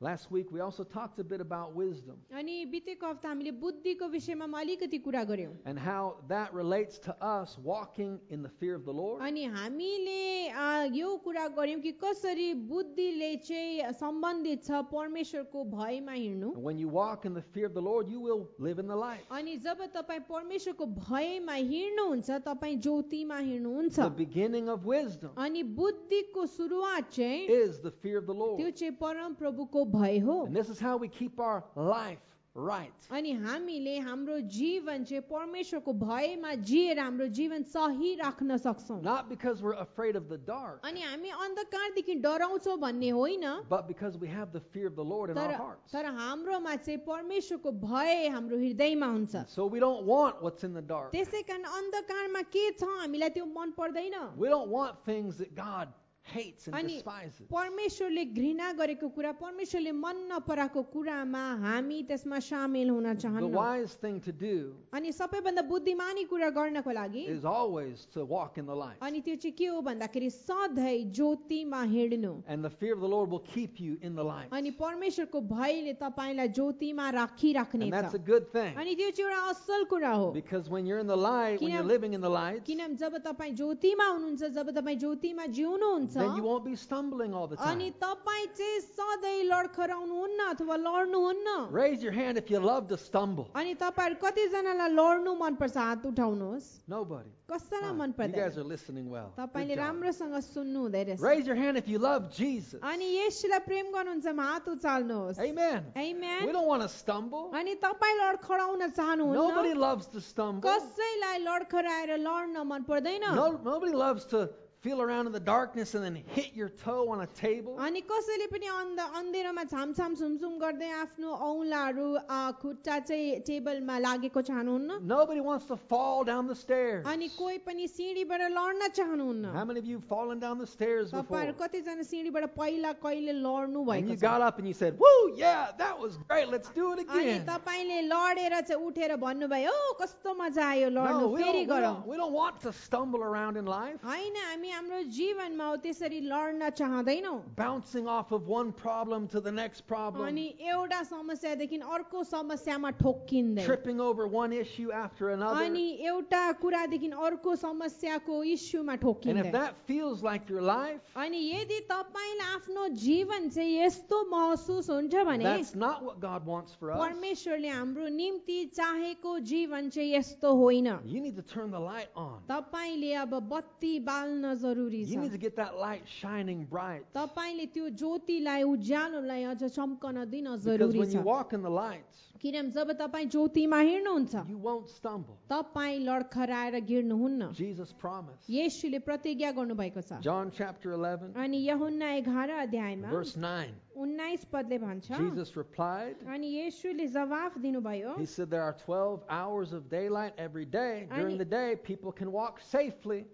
Speaker 1: Last week, we also talked a bit about wisdom.
Speaker 2: अनि बितेको हप्ता हामीले बुद्धिको विषयमा म अलिकति कुरा गर्यौँ
Speaker 1: and how that relates to us walking in the fear of the Lord.
Speaker 2: अनि हामीले आ, यो कुरा गर्यौँ कि कसरी बुद्धिले चाहिँ सम्बन्धित छ परमेश्वरको भयमा हिँड्नु
Speaker 1: And when you walk in the fear of the Lord, you will live in the light.
Speaker 2: अनि जब तपाईँ परमेश्वरको भयमा हिँड्नुहुन्छ तपाईँ ज्योतिमा हिँड्नुहुन्छ
Speaker 1: The beginning of wisdom
Speaker 2: अनि बुद्धिको सुरुवात चाहिँ
Speaker 1: is the fear of the
Speaker 2: त्यो
Speaker 1: Lord.
Speaker 2: चाहिँ परम प्रभुको भय हो
Speaker 1: And this is how we keep our life right.
Speaker 2: अनि हामीले हाम्रो जीवन चाहिँ परमेश्वरको भयमा जिएर हाम्रो जीवन सही राख्न सक्छौँ
Speaker 1: Not because we're afraid of the dark,
Speaker 2: अनि हामी अन्धकारदेखि डराउँछौँ भन्ने होइन
Speaker 1: but because we have the fear of the Lord in
Speaker 2: तर
Speaker 1: our hearts.
Speaker 2: तर हाम्रोमा चाहिँ परमेश्वरको भय हाम्रो हृदयमा हुन्छ
Speaker 1: And so we don't want what's in the dark.
Speaker 2: त्यसै कारण अन्धकारमा के छ हामीलाई त्यो मन पर्दैन
Speaker 1: We don't want things that God hates and
Speaker 2: Ani-
Speaker 1: despises.
Speaker 2: परमेश्वरले घृणा गरेको कुरा परमेश्वरले मन नपराएको कुरामा हामी त्यसमा सामेल हुन
Speaker 1: The
Speaker 2: चाहन्नौँ
Speaker 1: wise thing to do
Speaker 2: अनि सबैभन्दा बुद्धिमानी कुरा गर्नको लागि
Speaker 1: is always to walk in the light.
Speaker 2: अनि त्यो चाहिँ के हो भन्दाखेरि सधैँ ज्योतिमा हिँड्नु
Speaker 1: And the fear of the Lord will keep you in the light.
Speaker 2: अनि परमेश्वरको भयले तपाईँलाई ज्योतिमा राखिराख्ने
Speaker 1: And that's a
Speaker 2: छ
Speaker 1: good thing.
Speaker 2: अनि त्यो चाहिँ एउटा असल कुरा हो
Speaker 1: Because when you're in the light, when
Speaker 2: Kinam-
Speaker 1: you're living in the light,
Speaker 2: किनभने जब तपाईँ ज्योतिमा हुनुहुन्छ जब तपाईँ ज्योतिमा जिउनुहुन्छ
Speaker 1: then you won't be stumbling all the
Speaker 2: अनि
Speaker 1: time.
Speaker 2: तपाईँ चाहिँ सधैँ लड्खराउनुहुन्न अथवा लड्नुहुन्न
Speaker 1: Raise your hand if you love to stumble.
Speaker 2: अनि तपाईँहरू कतिजनालाई लड्नु मनपर्छ हात उठाउनुहोस्
Speaker 1: Nobody.
Speaker 2: कसैलाई
Speaker 1: Fine.
Speaker 2: मन
Speaker 1: You guys
Speaker 2: पर्दैन
Speaker 1: are listening well.
Speaker 2: तपाईँले
Speaker 1: Good job.
Speaker 2: राम्रोसँग सुन्नु हुँदै रहेछ
Speaker 1: Raise your hand if you love Jesus.
Speaker 2: अनि यसलाई प्रेम गर्नुहुन्छ भने हात उचाल्नुहोस्
Speaker 1: Amen.
Speaker 2: Amen.
Speaker 1: We don't want to stumble.
Speaker 2: अनि तपाईँ लड्खडाउन
Speaker 1: Nobody
Speaker 2: चाहनुहुन्न
Speaker 1: loves to stumble.
Speaker 2: कसैलाई लड्खराएर लड्न मन पर्दैन
Speaker 1: No, nobody loves to feel around in the darkness and then hit your toe on a table.
Speaker 2: अनि कसैले पनि अन्ध अन्धेरोमा छामछाम सुमसुम गर्दै आफ्नो औँलाहरू अ, खुट्टा चाहिँ टेबलमा लागेको चाहनुहुन्न
Speaker 1: Nobody wants to fall down the stairs.
Speaker 2: अनि कोही पनि सिँढीबाट लड्न चाहनुहुन्न
Speaker 1: How many of you have fallen down the stairs
Speaker 2: तपाईँहरू
Speaker 1: before?
Speaker 2: कतिजना सिँढीबाट पहिला कहिले लड्नु
Speaker 1: And
Speaker 2: भएको
Speaker 1: you
Speaker 2: छ
Speaker 1: got up and you said, Woo, yeah, that was great. Let's do it
Speaker 2: अनि
Speaker 1: again.
Speaker 2: तपाईँले लडेर चाहिँ उठेर भन्नुभयो "ओ, कस्तो मजा आयो लड्नु
Speaker 1: No, we
Speaker 2: फेरि
Speaker 1: don't, we,
Speaker 2: गरौँ
Speaker 1: don't, we don't want to stumble around in life,
Speaker 2: होइन हामी हाम्रो जीवनमा हो त्यसरी लड्न चाहँदैनौँ
Speaker 1: bouncing off of one problem to the next
Speaker 2: अनि
Speaker 1: problem,
Speaker 2: एउटा समस्यादेखि अर्को समस्यामा ठोक्किँदै
Speaker 1: tripping over one issue after another.
Speaker 2: अनि एउटा कुरादेखि अर्को समस्याको इस्युमा
Speaker 1: And if
Speaker 2: ठोक्किँदै
Speaker 1: that feels like your life,
Speaker 2: अनि यदि तपाईँलाई आफ्नो जीवन चाहिँ यस्तो महसुस हुन्छ भने
Speaker 1: that's not what God wants for us.
Speaker 2: परमेश्वरले हाम्रो निम्ति चाहेको जीवन चाहिँ यस्तो होइन
Speaker 1: You need to turn the light on.
Speaker 2: तपाईँले अब बत्ती बाल्न जरुरी
Speaker 1: You need
Speaker 2: छ
Speaker 1: to get that light shining bright.
Speaker 2: तपाईँले त्यो ज्योतिलाई उज्यालोलाई अझ चम्कन दिन
Speaker 1: Because
Speaker 2: जरुरी
Speaker 1: when
Speaker 2: छ
Speaker 1: you walk in the light,
Speaker 2: किनभने जब तपाईँ ज्योतिमा हिँड्नुहुन्छ
Speaker 1: you won't stumble.
Speaker 2: तपाईँ लड्खराएर गिर्नुहुन्न
Speaker 1: Jesus promised.
Speaker 2: येशूले प्रतिज्ञा गर्नुभएको छ
Speaker 1: John chapter 11,
Speaker 2: अनि यहुन्ना एघार अध्यायमा
Speaker 1: verse 9.
Speaker 2: उन्नाइस पदले भन्छ
Speaker 1: Jesus replied,
Speaker 2: अनि येशूले जवाफ दिनुभयो
Speaker 1: He said, There are 12 hours of daylight every day. During
Speaker 2: Ani-
Speaker 1: the day, people can walk safely.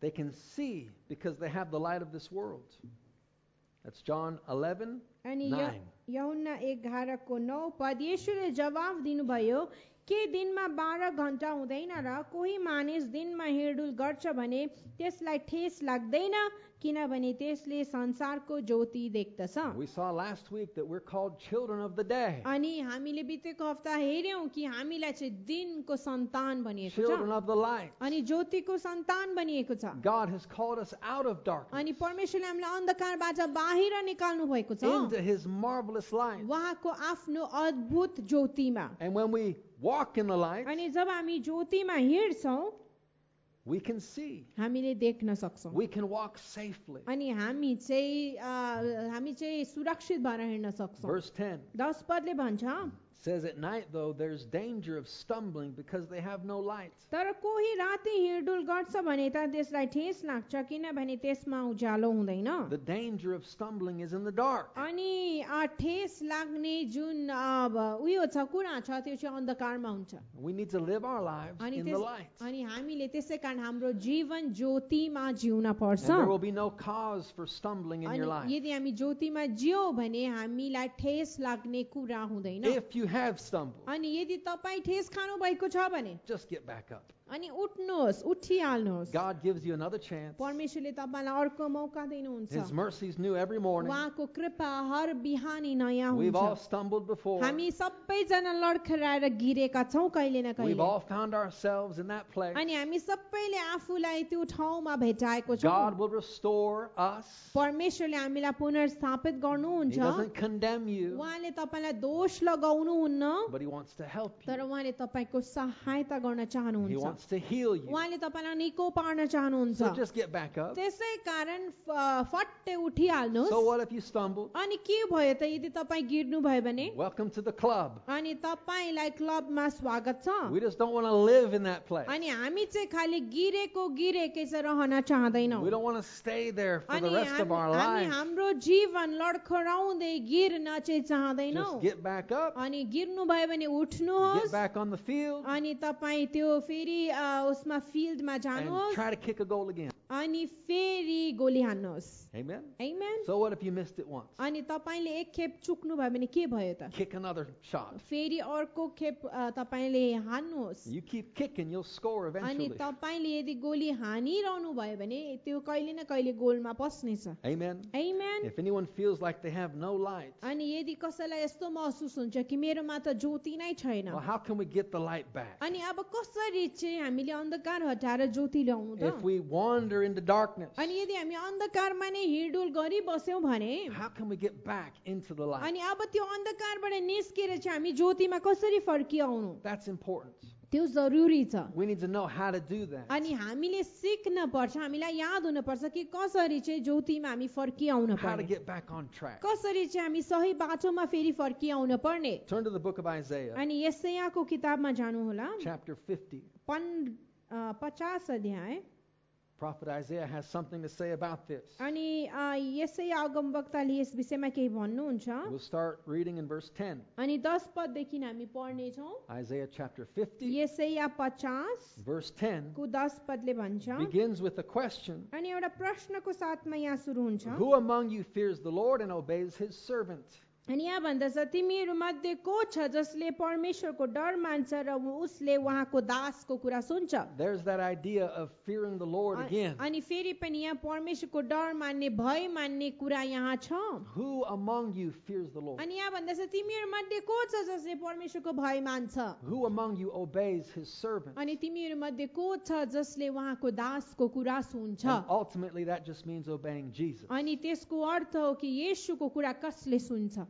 Speaker 1: They can see because they have the light of this world. That's John 11,
Speaker 2: अनि
Speaker 1: 9.
Speaker 2: यहुन्ना एघारको नौ पद येशूले जवाफ दिनुभयो के दिनमा बाह्र घन्टा हुँदैन र कोही मानिस दिनमा हिँडुल गर्छ भने त्यसलाई ठेस लाग्दैन किनभने त्यसले संसारको ज्योति देख्दछ
Speaker 1: We saw last week that we're called children of the day,
Speaker 2: अनि हामीले बितेको हप्ता हेऱ्यौँ कि हामीलाई चाहिँ दिनको सन्तान भनिएको
Speaker 1: children
Speaker 2: छ
Speaker 1: of the light.
Speaker 2: अनि ज्योतिको सन्तान भनिएको छ
Speaker 1: God has called us out of darkness
Speaker 2: अनि परमेश्वरले हामीलाई अन्धकारबाट बाहिर निकाल्नु भएको छ
Speaker 1: into his marvelous light.
Speaker 2: उहाँको आफ्नो अद्भुत ज्योतिमा
Speaker 1: And when we walk in the light,
Speaker 2: अनि जब हामी ज्योतिमा हिँड्छौँ
Speaker 1: we can see.
Speaker 2: हामीले देख्न सक्छौँ
Speaker 1: We can walk safely.
Speaker 2: अनि हामी चाहिँ अ, हामी चाहिँ सुरक्षित भएर हिँड्न सक्छौँ
Speaker 1: Verse 10
Speaker 2: दस पदले भन्छ
Speaker 1: says, At night, though, there's danger of stumbling because they have no light.
Speaker 2: तर कोही राति हिँडुल गर्छ भने त त्यसलाई ठेस लाग्छ किनभने त्यसमा उज्यालो हुँदैन
Speaker 1: The danger of stumbling is in the dark.
Speaker 2: अनि अ, ठेस लाग्ने जुन अ, अब उयो छ कुरा छ त्यो चाहिँ अन्धकारमा हुन्छ
Speaker 1: We need to live our lives
Speaker 2: अनि
Speaker 1: in the
Speaker 2: त्यस
Speaker 1: light.
Speaker 2: अनि हामीले त्यसै कारण हाम्रो जीवन ज्योतिमा जिउन पर्छ
Speaker 1: And there will be no cause for stumbling in your
Speaker 2: अनि
Speaker 1: life
Speaker 2: यदि हामी ज्योतिमा जियौ भने हामीलाई ठेस लाग्ने कुरा हुँदैन
Speaker 1: if you have stumbled.
Speaker 2: अनि यदि तपाईँ ठेस खानु भएको छ भने
Speaker 1: Just get back up.
Speaker 2: अनि उठ्नुहोस् उठिहाल्नुहोस्
Speaker 1: God gives you another chance.
Speaker 2: परमेश्वरले तपाईँलाई अर्को मौका दिनुहुन्छ
Speaker 1: His mercies new every morning.
Speaker 2: उहाँको कृपा हर बिहानी नयाँ
Speaker 1: We've all
Speaker 2: हुन्छ
Speaker 1: stumbled before.
Speaker 2: हामी सबैजना लड्खराएर गिरेका छौँ कहिले न
Speaker 1: We've
Speaker 2: कहिले
Speaker 1: all found ourselves in that place.
Speaker 2: अनि हामी सबैले आफूलाई त्यो ठाउँमा भेटाएको छौँ
Speaker 1: God will restore us.
Speaker 2: परमेश्वरले हामीलाई पुनर्स्थापित
Speaker 1: He
Speaker 2: गर्नुहुन्छ
Speaker 1: doesn't condemn you,
Speaker 2: उहाँले तपाईँलाई दोष लगाउनुहुन्न
Speaker 1: but He wants to help
Speaker 2: तर
Speaker 1: you.
Speaker 2: उहाँले तपाईँको सहायता गर्न
Speaker 1: He
Speaker 2: चाहनुहुन्छ
Speaker 1: wants wants to heal you.
Speaker 2: उहाँले तपाईँलाई निको पार्न चाहनुहुन्छ
Speaker 1: So just get back up.
Speaker 2: त्यसै कारण फ- फट्टे उठिहाल्नुहोस्
Speaker 1: So what if you stumble?
Speaker 2: अनि के भयो त यदि तपाईँ गिर्नुभयो भने
Speaker 1: Welcome to the club.
Speaker 2: अनि तपाईँलाई क्लबमा स्वागत छ
Speaker 1: We just don't want to live in that place.
Speaker 2: अनि हामी चाहिँ खालि गिरेको गिरेकै चाहिँ रहन चाहँदैनौँ
Speaker 1: We don't want to stay there for
Speaker 2: अनि
Speaker 1: the rest of
Speaker 2: हामी-
Speaker 1: our
Speaker 2: हामी
Speaker 1: lives.
Speaker 2: हाम्रो जीवन लड्खराउँदै गिर्न चाहिँ चाहँदैनौँ
Speaker 1: Just get back up.
Speaker 2: अनि गिर्नुभयो भने
Speaker 1: Get
Speaker 2: उठ्नुहोस्
Speaker 1: back on the field
Speaker 2: अनि तपाईँ त्यो फेरि अ, उसमा फिल्डमा
Speaker 1: and
Speaker 2: जानुहोस्
Speaker 1: try to kick a goal again.
Speaker 2: अनि फेरि गोली हान्नुहोस्
Speaker 1: Amen.
Speaker 2: Amen?
Speaker 1: So what if you missed it once?
Speaker 2: अनि तपाईँले एक खेप चुक्नु भयो भने के भयो त
Speaker 1: Kick another shot.
Speaker 2: फेरि अर्को खेप अ, तपाईँले हान्नुहोस्
Speaker 1: You keep kicking, you'll score
Speaker 2: अनि
Speaker 1: eventually.
Speaker 2: तपाईँले यदि गोली हानिरहनु भयो भने त्यो कहिले न कहिले गोलमा पस्नेछ
Speaker 1: Amen.
Speaker 2: Amen?
Speaker 1: If anyone feels like they have no light,
Speaker 2: अनि यदि कसैलाई यस्तो महसुस हुन्छ कि मेरोमा त ज्योति नै छैन
Speaker 1: well, how can we get the light back?
Speaker 2: अनि अब कसरी चाहिँ हामीले अन्धकार हटाएर ज्योति ल्याउनु त
Speaker 1: If we wander into darkness,
Speaker 2: अनि यदि हामी अन्धकारमा नै हिँडुल गरिबस्यौँ भने
Speaker 1: how can we get back into the light?
Speaker 2: अनि अब त्यो अन्धकारबाट निस्केर चाहिँ हामी ज्योतिमा कसरी फर्किआउनु
Speaker 1: That's important.
Speaker 2: त्यो जरुरी छ
Speaker 1: We need to know how to do that.
Speaker 2: अनि हामीले सिक्न पर्छ हामीलाई याद हुनुपर्छ कि कसरी चाहिँ ज्योतिमा हामी फर्किआउन
Speaker 1: How to
Speaker 2: पर्ने
Speaker 1: get back on track.
Speaker 2: कसरी चाहिँ हामी सही बाटोमा फेरि फर्किआउन पर्ने
Speaker 1: Turn to the book of Isaiah,
Speaker 2: अनि यसैयाको किताबमा जानुहोला
Speaker 1: chapter 50.
Speaker 2: पन अ, पचास अध्याय
Speaker 1: Prophet Isaiah has something to say about this.
Speaker 2: अनि अ, यसै अगमवक्ताले यस विषयमा केही भन्नुहुन्छ
Speaker 1: We'll start reading in verse 10.
Speaker 2: अनि दस पददेखि हामी पढ्नेछौँ
Speaker 1: Isaiah chapter 50,
Speaker 2: यसैया पचासको
Speaker 1: verse 10
Speaker 2: दस पदले भन्छ
Speaker 1: begins with a question
Speaker 2: अनि एउटा प्रश्नको साथमा यहाँ सुरु हुन्छ
Speaker 1: Who among you fears the Lord and obeys his servant?
Speaker 2: अनि यहाँ भन्दछ तिमीहरू मध्ये को छ जसले परमेश्वरको डर मान्छ र उसले उहाँको दासको कुरा सुन्छ
Speaker 1: There's that idea of fearing the Lord again.
Speaker 2: अनि फेरि पनि यहाँ परमेश्वरको डर मान्ने भय मान्ने कुरा यहाँ छ
Speaker 1: Who among you fears the Lord?
Speaker 2: अनि यहाँ भन्दछ तिमीहरू मध्ये को छ जसले परमेश्वरको भय मान्छ
Speaker 1: Who among you obeys his servant?
Speaker 2: अनि तिमीहरू मध्ये को छ जसले उहाँको दासको कुरा सुन्छ
Speaker 1: And ultimately, that just means obeying Jesus.
Speaker 2: अनि त्यसको अर्थ हो कि येशूको कुरा कसले सुन्छ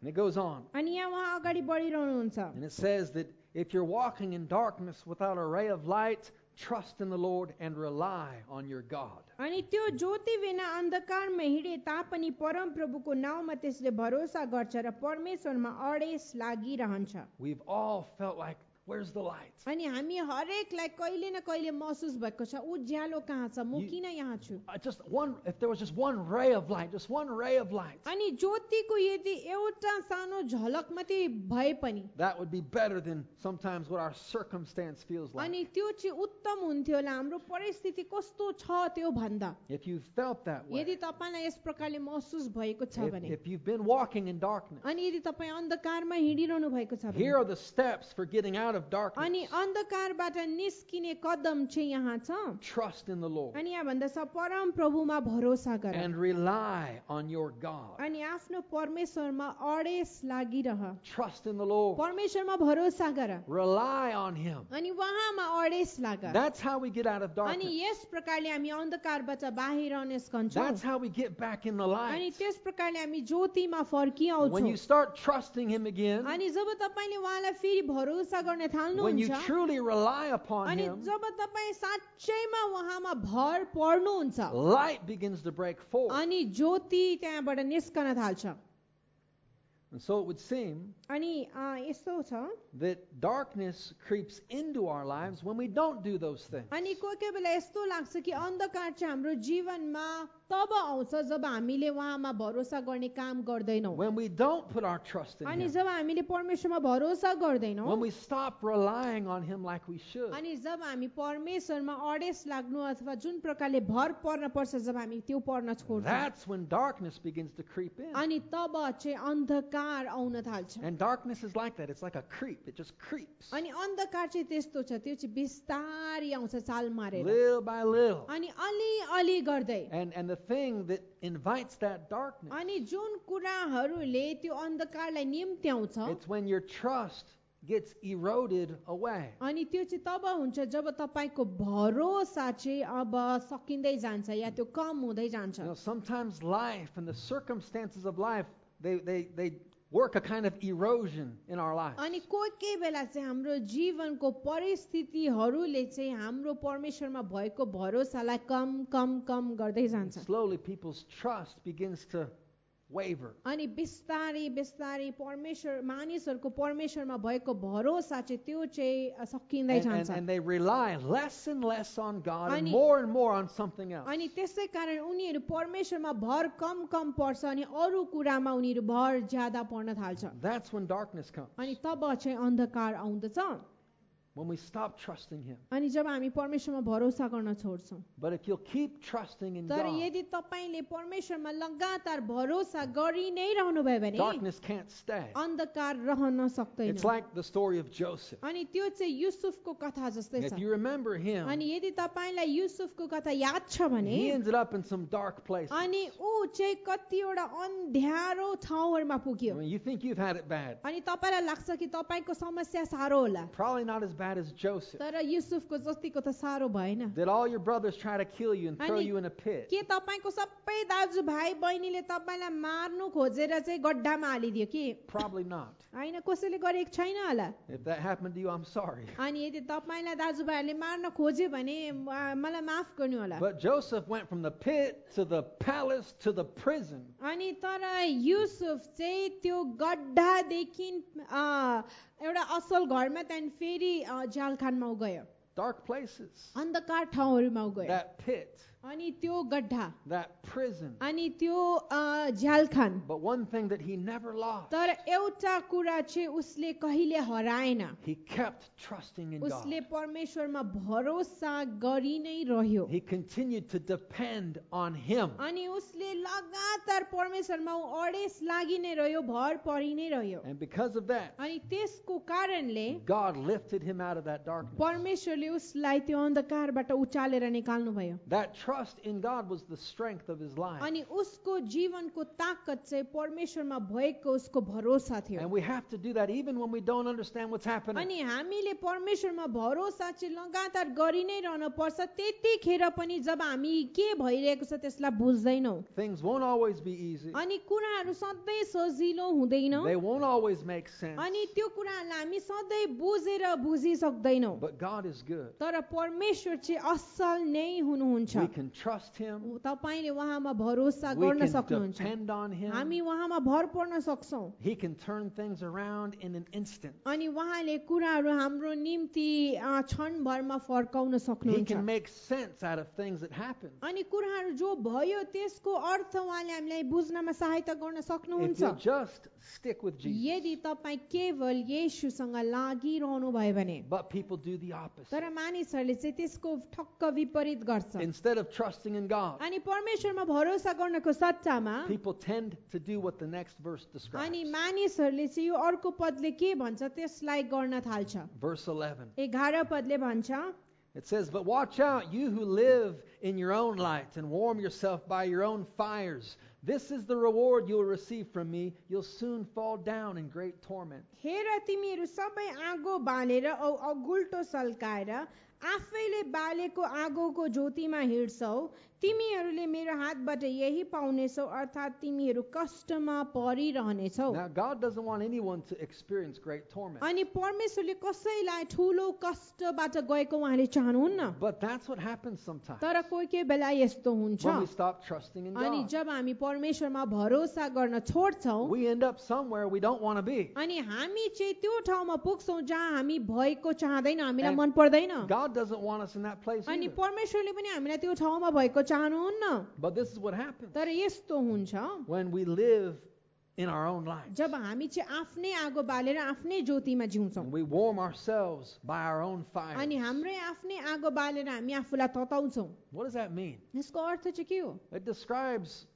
Speaker 1: And it goes on.
Speaker 2: अनि यहाँ उहाँ अगाडि बढिरहनुहुन्छ
Speaker 1: And it says that if you're walking in darkness without a ray of light, trust in the Lord and rely on your God.
Speaker 2: अनि त्यो ज्योति बिना अन्धकारमा हिँडे तापनि परमप्रभुको नाउँमा त्यसले भरोसा गर्छ र परमेश्वरमा अडेस लागिरहन्छ
Speaker 1: We've all felt like, where's the light?
Speaker 2: अनि हामी हरेकलाई कहिले न कहिले महसुस भएको छ उज्यालो कहाँ छ म
Speaker 1: यी-
Speaker 2: किन यहाँ छु
Speaker 1: Uh, Just one, if there was just one ray of light, just one ray of light,
Speaker 2: अनि ज्योतिको यदि एउटा सानो झलक मात्रै भए पनि
Speaker 1: that would be better than sometimes what our circumstance feels like.
Speaker 2: अनि त्यो चाहिँ उत्तम हुन्थ्यो होला हाम्रो परिस्थिति कस्तो छ त्यो भन्दा
Speaker 1: If you've felt that way,
Speaker 2: यदि तपाईँलाई यस प्रकारले महसुस भएको छ
Speaker 1: if,
Speaker 2: भने
Speaker 1: if you've been walking in darkness,
Speaker 2: अनि यदि तपाईँ अन्धकारमा हिँडिरहनु भएको छ भने
Speaker 1: here are the steps for getting out of
Speaker 2: अनि
Speaker 1: darkness.
Speaker 2: अन्धकारबाट निस्किने कदम चाहिँ यहाँ छ
Speaker 1: Trust in the Lord
Speaker 2: अनि यहाँ भन्दा छ परम प्रभुमा भरोसा गर
Speaker 1: and rely on your God.
Speaker 2: अनि आफ्नो परमेश्वरमा अडेस लागिरह
Speaker 1: Trust in the Lord.
Speaker 2: परमेश्वरमा भरोसा गर
Speaker 1: Rely on Him.
Speaker 2: अनि उहाँमा अडेस लाग
Speaker 1: That's how we get out of
Speaker 2: अनि
Speaker 1: darkness.
Speaker 2: यस प्रकारले हामी अन्धकारबाट बाहिर निस्कन्छौँ
Speaker 1: That's how we get back in the
Speaker 2: अनि
Speaker 1: light.
Speaker 2: त्यस प्रकारले हामी ज्योतिमा
Speaker 1: When
Speaker 2: फर्किआउँछौँ
Speaker 1: you start trusting Him again,
Speaker 2: अनि जब तपाईँले उहाँलाई फेरि भरोसा गर्न
Speaker 1: when you
Speaker 2: थाल्नुहुन्छ
Speaker 1: truly rely upon
Speaker 2: अनि
Speaker 1: Him,
Speaker 2: जब तपाईँ साँच्चैमा उहाँमा भर पर्नुहुन्छ
Speaker 1: light begins to break forth.
Speaker 2: अनि ज्योति त्यहाँबाट निस्कन थाल्छ
Speaker 1: And so it would seem
Speaker 2: अनि अ, यस्तो छ
Speaker 1: that darkness creeps into our lives when we don't do those things.
Speaker 2: अनि कोही कोही बेला यस्तो लाग्छ कि अन्धकार चाहिँ हाम्रो जीवनमा तब आउँछ जब हामीले उहाँमा भरोसा गर्ने काम गर्दैनौँ
Speaker 1: When we don't put our trust in
Speaker 2: अनि
Speaker 1: Him.
Speaker 2: जब हामीले परमेश्वरमा भरोसा गर्दैनौँ
Speaker 1: When we stop relying on Him like we should.
Speaker 2: अनि जब हामी परमेश्वरमा अडेस लाग्नु अथवा जुन प्रकारले भर पर्न पर्छ जब हामी त्यो पर्न छोड्छौँ
Speaker 1: That's when darkness begins to creep in.
Speaker 2: अनि तब चाहिँ अन्धकार आउन थाल्छ
Speaker 1: And darkness is like that. It's like a creep. It just creeps.
Speaker 2: अनि अन्धकार चाहिँ त्यस्तो छ त्यो चाहिँ बिस्तारै आउँछ चाल मारेर
Speaker 1: Little by little.
Speaker 2: अनि अलि अलि गर्दै
Speaker 1: And and the thing that invites that darkness,
Speaker 2: अनि जुन कुराहरूले त्यो अन्धकारलाई निम्त्याउँछ
Speaker 1: it's when your trust gets eroded away.
Speaker 2: अनि त्यो चाहिँ तब हुन्छ जब तपाईँको भरोसा चाहिँ अब सकिँदै जान्छ या त्यो कम हुँदै जान्छ
Speaker 1: You know, sometimes life and the circumstances of life, they they they work a kind of erosion in our lives.
Speaker 2: अनि कोही कोही बेला चाहिँ हाम्रो जीवनको परिस्थितिहरूले चाहिँ हाम्रो परमेश्वरमा भएको भरोसालाई कम कम कम गर्दै
Speaker 1: And
Speaker 2: जान्छ
Speaker 1: slowly, people's trust begins to waver.
Speaker 2: अनि बिस्तारै बिस्तारै परमेश्वर मानिसहरूको परमेश्वरमा भएको भरोसा चाहिँ त्यो चाहिँ सकिँदै
Speaker 1: And, and,
Speaker 2: जान्छ
Speaker 1: and they rely less and less on God and
Speaker 2: Ani-
Speaker 1: more and more on something else.
Speaker 2: अनि त्यसै कारण उनीहरू परमेश्वरमा भर कम कम पर्छ अनि अरू कुरामा उनीहरू भर ज्यादा पर्न थाल्छ
Speaker 1: That's when darkness comes.
Speaker 2: अनि तब चाहिँ अन्धकार आउँदछ
Speaker 1: When we stop trusting Him.
Speaker 2: अनि जब हामी परमेश्वरमा भरोसा गर्न छोड्छौँ
Speaker 1: But if you'll keep trusting in
Speaker 2: तर
Speaker 1: God,
Speaker 2: यदि तपाईँले परमेश्वरमा लगातार भरोसा गरि नै रहनुभयो भने
Speaker 1: darkness can't stay.
Speaker 2: अन्धकार रहन सक्दैन
Speaker 1: It's like the story of Joseph.
Speaker 2: अनि त्यो चाहिँ युसुफको कथा जस्तै छ
Speaker 1: If you remember
Speaker 2: अनि
Speaker 1: him,
Speaker 2: यदि तपाईँलाई युसुफको कथा याद छ भने
Speaker 1: he ended up in some dark place. I
Speaker 2: अनि ऊ चाहिँ कतिवटा अन्ध्यारो ठाउँहरूमा पुग्यो
Speaker 1: mean, you think you've had it bad.
Speaker 2: अनि तपाईँलाई लाग्छ कि तपाईँको समस्या साह्रो होला
Speaker 1: Probably not as bad as Joseph.
Speaker 2: तर युसुफको जतिको त साह्रो भएन
Speaker 1: Did all your brothers try to kill you and throw
Speaker 2: Ani-
Speaker 1: you in a pit?
Speaker 2: के तपाईँको सबै दाजुभाइ बहिनीले तपाईँलाई मार्नु खोजेर चाहिँ गड्डामा हालिदियो कि
Speaker 1: Probably not.
Speaker 2: होइन कसैले गरेको छैन होला
Speaker 1: If that happened to you, I'm sorry.
Speaker 2: अनि यदि तपाईँलाई दाजुभाइहरूले मार्न खोज्यो भने म- मलाई माफ गर्नु होला
Speaker 1: But Joseph went from the pit to the palace to the prison.
Speaker 2: अनि तर युसुफ चाहिँ त्यो गड्डादेखि अ, एउटा असल घरमा त्यहाँदेखि फेरि अ, जालखानमा ऊ गयो
Speaker 1: Dark places.
Speaker 2: अन्धकार ठाउँहरूमा ऊ गयो
Speaker 1: That pit.
Speaker 2: अनि त्यो गड्ढा
Speaker 1: That prison.
Speaker 2: अनि त्यो अ, झ्यालखान
Speaker 1: But one thing that he never lost,
Speaker 2: तर एउटा कुरा चाहिँ उसले कहिले हराएन
Speaker 1: he kept trusting in God.
Speaker 2: उसले परमेश्वरमा भरोसा गरि नै रह्यो
Speaker 1: He continued to depend on him.
Speaker 2: अनि उसले लगातार परमेश्वरमा ऊ अडेस लागि नै रह्यो भर परि नै रह्यो
Speaker 1: And because of that,
Speaker 2: अनि त्यसको कारणले
Speaker 1: God lifted him out of that darkness.
Speaker 2: परमेश्वरले उसलाई त्यो अन्धकारबाट उचालेर निकाल्नुभयो
Speaker 1: That trust in God was the strength of his life.
Speaker 2: अनि उसको जीवनको ताकत चाहिँ परमेश्वरमा भएको उसको भरोसा
Speaker 1: And
Speaker 2: थियो
Speaker 1: we have to do that even when we don't understand what's happening.
Speaker 2: अनि हामीले परमेश्वरमा भरोसा चाहिँ लगातार गरि नै रहन पर्छ त्यतिखेर पनि जब हामी के भइरहेको छ त्यसलाई बुझ्दैनौँ
Speaker 1: Things won't always be easy.
Speaker 2: अनि कुराहरू सधैँ सजिलो हुँदैन
Speaker 1: They won't always make sense.
Speaker 2: अनि त्यो कुराहरूलाई हामी सधैँ बुझेर बुझिसक्दैनौँ
Speaker 1: But God is good.
Speaker 2: तर परमेश्वर चाहिँ असल नै हुनुहुन्छ
Speaker 1: We can trust him.
Speaker 2: तपाईँले उहाँमा भरोसा
Speaker 1: We
Speaker 2: गर्न
Speaker 1: can
Speaker 2: सक्नुहुन्छ
Speaker 1: depend on
Speaker 2: हामी
Speaker 1: him.
Speaker 2: उहाँमा भर पर्न सक्छौँ
Speaker 1: He can turn things around in an instant.
Speaker 2: अनि उहाँले कुराहरू हाम्रो निम्ति अँ, क्षणभरमा फर्काउन
Speaker 1: He
Speaker 2: सक्नुहुन्छ
Speaker 1: can make sense out of things that happen.
Speaker 2: अनि कुराहरू जो भयो त्यसको अर्थ उहाँले हामीलाई बुझ्नमा सहायता गर्न
Speaker 1: If
Speaker 2: सक्नुहुन्छ
Speaker 1: you just stick with Jesus.
Speaker 2: यदि तपाईँ केवल येसुसँग लागिरहनु भयो भने
Speaker 1: But people do the opposite.
Speaker 2: तर मानिसहरूले चाहिँ त्यसको ठक्क विपरीत गर्छ
Speaker 1: Instead of trusting in God,
Speaker 2: अनि परमेश्वरमा भरोसा गर्नको सट्टामा
Speaker 1: people tend to do what the next verse describes.
Speaker 2: अनि मानिसहरूले चाहिँ यो अर्को पदले के भन्छ त्यसलाई गर्न थाल्छ
Speaker 1: Verse 11.
Speaker 2: एघार पदले भन्छ
Speaker 1: It says, But watch out, you who live in your own light and warm yourself by your own fires. This is the reward you'll receive from me. You'll soon fall down in great torment.
Speaker 2: हेर तिमीहरू सबै आगो बालेर औ अगुल्टो सल्काएर आफैले बालेको आगोको ज्योतिमा हिँड्छौ तिमीहरूले मेरो हातबाट यही पाउनेछौ अर्थात् तिमीहरू कष्टमा परिरहनेछौ
Speaker 1: Now, God doesn't want anyone to experience great torment.
Speaker 2: अनि परमेश्वरले कसैलाई ठुलो कष्टबाट गएको उहाँले चाहनुहुन्न
Speaker 1: But that's what happens sometimes
Speaker 2: तर कोही कोही बेला यस्तो हुन्छ
Speaker 1: when we stop trusting in
Speaker 2: अनि
Speaker 1: God.
Speaker 2: जब हामी परमेश्वरमा भरोसा गर्न छोड्छौँ
Speaker 1: We end up somewhere we don't want to be.
Speaker 2: अनि हामी चाहिँ त्यो ठाउँमा पुग्छौँ जहाँ हामी भएको चाहँदैन हामीलाई
Speaker 1: And
Speaker 2: मन पर्दैन
Speaker 1: God doesn't want us in that place
Speaker 2: अनि
Speaker 1: either.
Speaker 2: परमेश्वरले पनि हामीलाई त्यो ठाउँमा भएको चाहनुहुन्न
Speaker 1: But this is what happens
Speaker 2: तर यस्तो हुन्छ
Speaker 1: when we live in our own light.
Speaker 2: जब हामी चाहिँ आफ्नै आगो बालेर आफ्नै ज्योतिमा जिउँछौँ
Speaker 1: And we warm ourselves by our own fire.
Speaker 2: अनि हाम्रै आफ्नै आगो बालेर हामी आफूलाई तताउँछौँ
Speaker 1: What does that mean?
Speaker 2: यसको अर्थ चाहिँ के हो
Speaker 1: It describes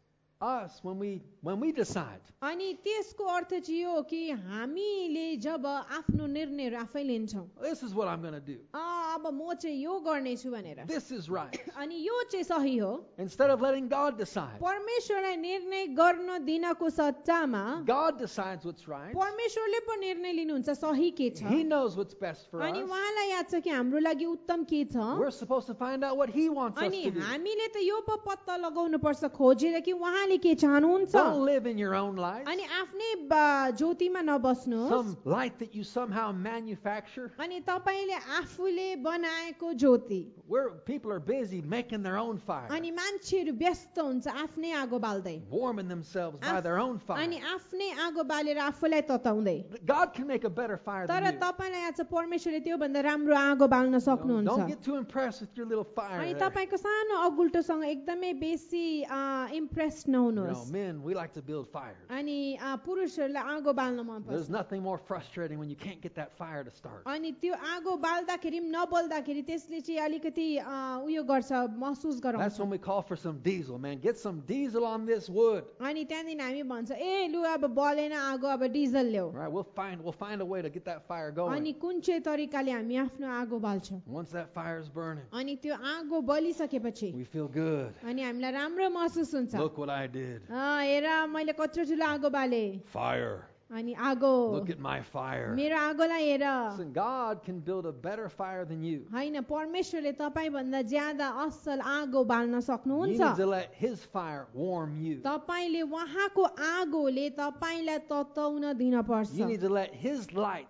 Speaker 1: us when we when we decide.
Speaker 2: अनि त्यसको अर्थ चाहिँ यो हो कि हामीले जब आफ्नो निर्णयहरू आफै लिन्छौँ
Speaker 1: This is what I'm going to do.
Speaker 2: अँ, अब म चाहिँ यो गर्नेछु भनेर
Speaker 1: This is right.
Speaker 2: अनि यो चाहिँ सही हो
Speaker 1: Instead of letting God decide.
Speaker 2: परमेश्वरलाई निर्णय गर्न दिनको सट्टामा
Speaker 1: God decides what's right.
Speaker 2: परमेश्वरले पो निर्णय लिनुहुन्छ सही के छ
Speaker 1: He knows what's best for us.
Speaker 2: अनि उहाँलाई याद छ कि हाम्रो लागि उत्तम के छ
Speaker 1: We're supposed to find out what he wants us
Speaker 2: अनि
Speaker 1: to do.
Speaker 2: हामीले त यो पो पत्ता लगाउनु पर्छ खोजेर कि उहाँले उहाँले के चाहनुहुन्छ
Speaker 1: Don't live in your own light.
Speaker 2: अनि आफ्नै ब- ज्योतिमा नबस्नुहोस्
Speaker 1: Some light that you somehow manufacture.
Speaker 2: अनि तपाईँले आफूले बनाएको ज्योति
Speaker 1: Where people are busy making their own fire,
Speaker 2: अनि मान्छेहरू व्यस्त हुन्छ आफ्नै आगो बाल्दै
Speaker 1: warming themselves by
Speaker 2: Af-
Speaker 1: their own fire.
Speaker 2: अनि आफ्नै आगो बालेर आफूलाई तताउँदै
Speaker 1: God can make a better fire
Speaker 2: तर
Speaker 1: than you.
Speaker 2: तपाईँलाई आज परमेश्वरले त्योभन्दा राम्रो आगो
Speaker 1: Don't,
Speaker 2: बाल्न
Speaker 1: don't
Speaker 2: सक्नुहुन्छ
Speaker 1: get too impressed with your little fire.
Speaker 2: अनि
Speaker 1: there.
Speaker 2: तपाईँको सानो अगुल्टोसँग एकदमै बेसी इम्प्रेस
Speaker 1: You know,
Speaker 2: नहुनुहोस्
Speaker 1: men, we like to build fires.
Speaker 2: अनि अ, पुरुषहरूलाई आगो बाल्न मन पर्छ
Speaker 1: There's nothing more frustrating when you can't get that fire to start.
Speaker 2: अनि त्यो आगो बाल्दाखेरि पनि नबल्दाखेरि त्यसले चाहिँ अलिकति अ, उयो गर्छ महसुस
Speaker 1: That's
Speaker 2: गराउँछ
Speaker 1: when we call for some diesel, man. Get some diesel on this wood.
Speaker 2: अनि त्यहाँदेखि हामी भन्छ ए लु अब बलेन आगो अब डिजल ल्याऊ
Speaker 1: All right, we'll find we'll find a way to get that fire going.
Speaker 2: अनि कुन चाहिँ तरिकाले हामी आफ्नो आगो बाल्छौँ
Speaker 1: Once that fire's burning,
Speaker 2: अनि त्यो आगो बलिसकेपछि
Speaker 1: we feel good.
Speaker 2: अनि हामीलाई राम्रो महसुस हुन्छ
Speaker 1: Look what I did.
Speaker 2: अँ, हेर मैले कत्रो ठुलो आगो बाले
Speaker 1: Fire.
Speaker 2: अनि आगो
Speaker 1: Look at my fire.
Speaker 2: मेरो आगोलाई हेर
Speaker 1: Listen, God can build a better fire than you.
Speaker 2: होइन परमेश्वरले तपाईँभन्दा ज्यादा असल आगो बाल्न
Speaker 1: You
Speaker 2: सक्नुहुन्छ
Speaker 1: need to let His fire warm you.
Speaker 2: तपाईँले उहाँको आगोले तपाईँलाई तताउन दिन पर्छ
Speaker 1: You need to let His light